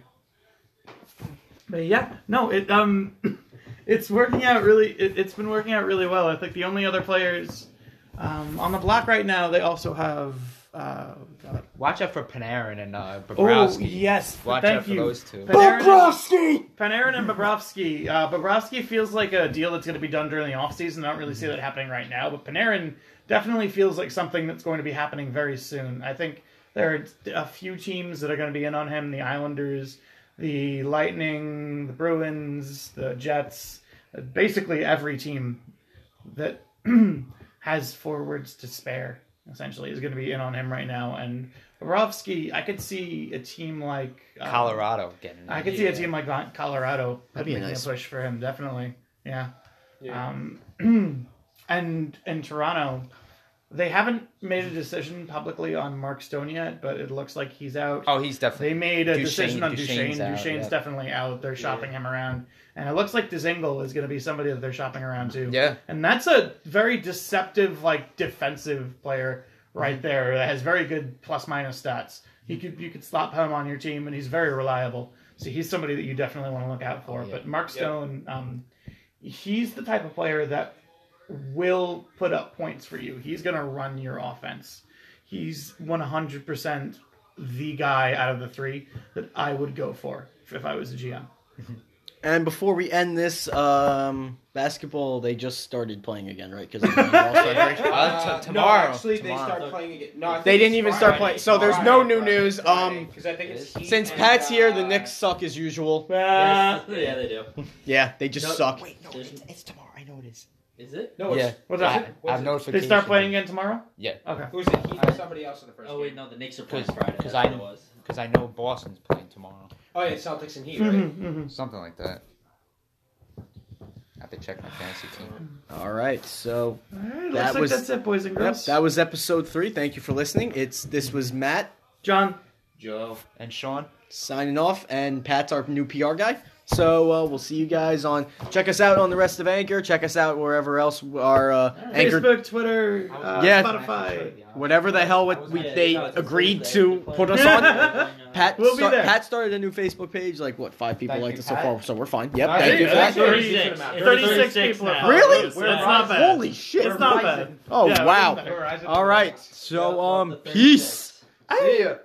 Speaker 2: But yeah, no, it um, it's working out really. It, it's been working out really well. I think the only other players um, on the block right now, they also have. Uh, God.
Speaker 3: Watch out for Panarin and uh,
Speaker 2: oh
Speaker 3: Bobrovsky.
Speaker 2: yes,
Speaker 3: Watch
Speaker 2: thank
Speaker 3: out for
Speaker 2: you.
Speaker 3: those two.
Speaker 2: Panarin-
Speaker 4: Bobrovsky!
Speaker 2: Panarin and Bobrovsky. Uh, Bobrovsky feels like a deal that's going to be done during the offseason. I don't really see that happening right now, but Panarin definitely feels like something that's going to be happening very soon. I think there are a few teams that are going to be in on him the Islanders, the Lightning, the Bruins, the Jets, basically every team that has forwards to spare essentially is going to be in on him right now and Bobrovsky, I could see a team like uh,
Speaker 3: Colorado getting.
Speaker 2: I could see a team like Con- Colorado
Speaker 6: That'd be
Speaker 2: making
Speaker 6: nice.
Speaker 2: a push for him, definitely. Yeah.
Speaker 1: Yeah.
Speaker 2: Um, and in Toronto, they haven't made a decision publicly on Mark Stone yet, but it looks like he's out.
Speaker 3: Oh, he's definitely.
Speaker 2: They made a
Speaker 3: Duchesne-
Speaker 2: decision on Duchesne.
Speaker 3: Duchesne's
Speaker 2: Duchesne's,
Speaker 3: out, yeah.
Speaker 2: definitely out. They're shopping him around, and it looks like Dzingel is going to be somebody that they're shopping around too.
Speaker 3: Yeah.
Speaker 2: and that's a very deceptive, like defensive player
Speaker 3: Mm-hmm.
Speaker 2: right there that has very good plus minus stats. He could you could slot him on your team, and he's very reliable. So he's somebody that you definitely want to look out for.
Speaker 3: Oh, Yeah.
Speaker 2: But Mark Stone, um, he's the type of player that will put up points for you. He's going to run your offense. He's 100% the guy out of the three that I would go for if I was a GM.
Speaker 6: And before we end this, um, basketball, they just started playing again, right? Because yeah.
Speaker 3: Uh, t- tomorrow.
Speaker 1: No, actually,
Speaker 3: Tomorrow.
Speaker 1: they start playing again. No, I think
Speaker 6: They didn't
Speaker 1: it's
Speaker 6: even start
Speaker 1: Friday.
Speaker 6: playing- so there's no
Speaker 1: Friday,
Speaker 6: new
Speaker 1: Friday,
Speaker 6: news,
Speaker 1: Friday,
Speaker 6: um,
Speaker 1: 'cause I think it's Heat
Speaker 6: since
Speaker 1: and,
Speaker 6: Pat's here, the
Speaker 1: uh,
Speaker 6: Knicks suck as usual.
Speaker 2: Uh,
Speaker 5: yeah, they do.
Speaker 6: Yeah, they just
Speaker 5: No,
Speaker 6: suck.
Speaker 5: wait, no, it's-
Speaker 6: tomorrow. I know it is.
Speaker 5: Is it?
Speaker 1: No, it's,
Speaker 3: Yeah.
Speaker 2: what's
Speaker 3: I,
Speaker 2: up?
Speaker 1: it?
Speaker 3: I have
Speaker 1: What's
Speaker 2: They
Speaker 3: notifications.
Speaker 2: start playing again tomorrow?
Speaker 3: Yeah.
Speaker 2: Okay.
Speaker 1: who's it? Heat or somebody else in the first
Speaker 5: Oh wait,
Speaker 1: game?
Speaker 5: no, the Knicks are playing
Speaker 3: 'Cause-
Speaker 5: Friday.
Speaker 3: 'cause
Speaker 5: Because
Speaker 3: I-
Speaker 5: I it was.
Speaker 3: because I know Boston's playing tomorrow.
Speaker 1: Oh yeah, Celtics and Heat, right?
Speaker 2: Mhm, mhm.
Speaker 3: Something like that. I have to check my fantasy team.
Speaker 6: All right, so
Speaker 2: All right, looks
Speaker 6: That
Speaker 2: like
Speaker 6: was-
Speaker 2: that's it, boys and
Speaker 6: yep,
Speaker 2: girls.
Speaker 6: that was episode three. Thank you for listening. It's this was Matt
Speaker 2: John,
Speaker 1: Joe.
Speaker 3: And Sean,
Speaker 6: signing off, and Pat's our new PR guy. So uh, we'll see you guys on. Check us out on the rest of Anchor. Check us out wherever else our uh, Anchor
Speaker 2: Facebook, Twitter, uh,
Speaker 6: Yeah.
Speaker 2: Spotify.
Speaker 6: whatever the hell what we, they agreed to put us on. Pat,
Speaker 2: We'll be
Speaker 6: start-
Speaker 2: there.
Speaker 6: Pat started a new Facebook page. Like what? Five people
Speaker 1: Thank
Speaker 6: liked
Speaker 1: you,
Speaker 6: it so
Speaker 1: Pat.
Speaker 6: far, so we're fine. Yep,
Speaker 1: All
Speaker 6: thank
Speaker 1: right,
Speaker 6: you. For
Speaker 1: thank
Speaker 6: that.
Speaker 1: you.
Speaker 5: 36.
Speaker 2: 36 people are
Speaker 6: Really?
Speaker 2: It's
Speaker 1: We're
Speaker 2: not bad.
Speaker 6: Holy shit!
Speaker 2: It's not bad.
Speaker 6: Oh
Speaker 2: Yeah,
Speaker 6: wow!
Speaker 2: we're-
Speaker 6: All right, so um, peace.
Speaker 1: See ya.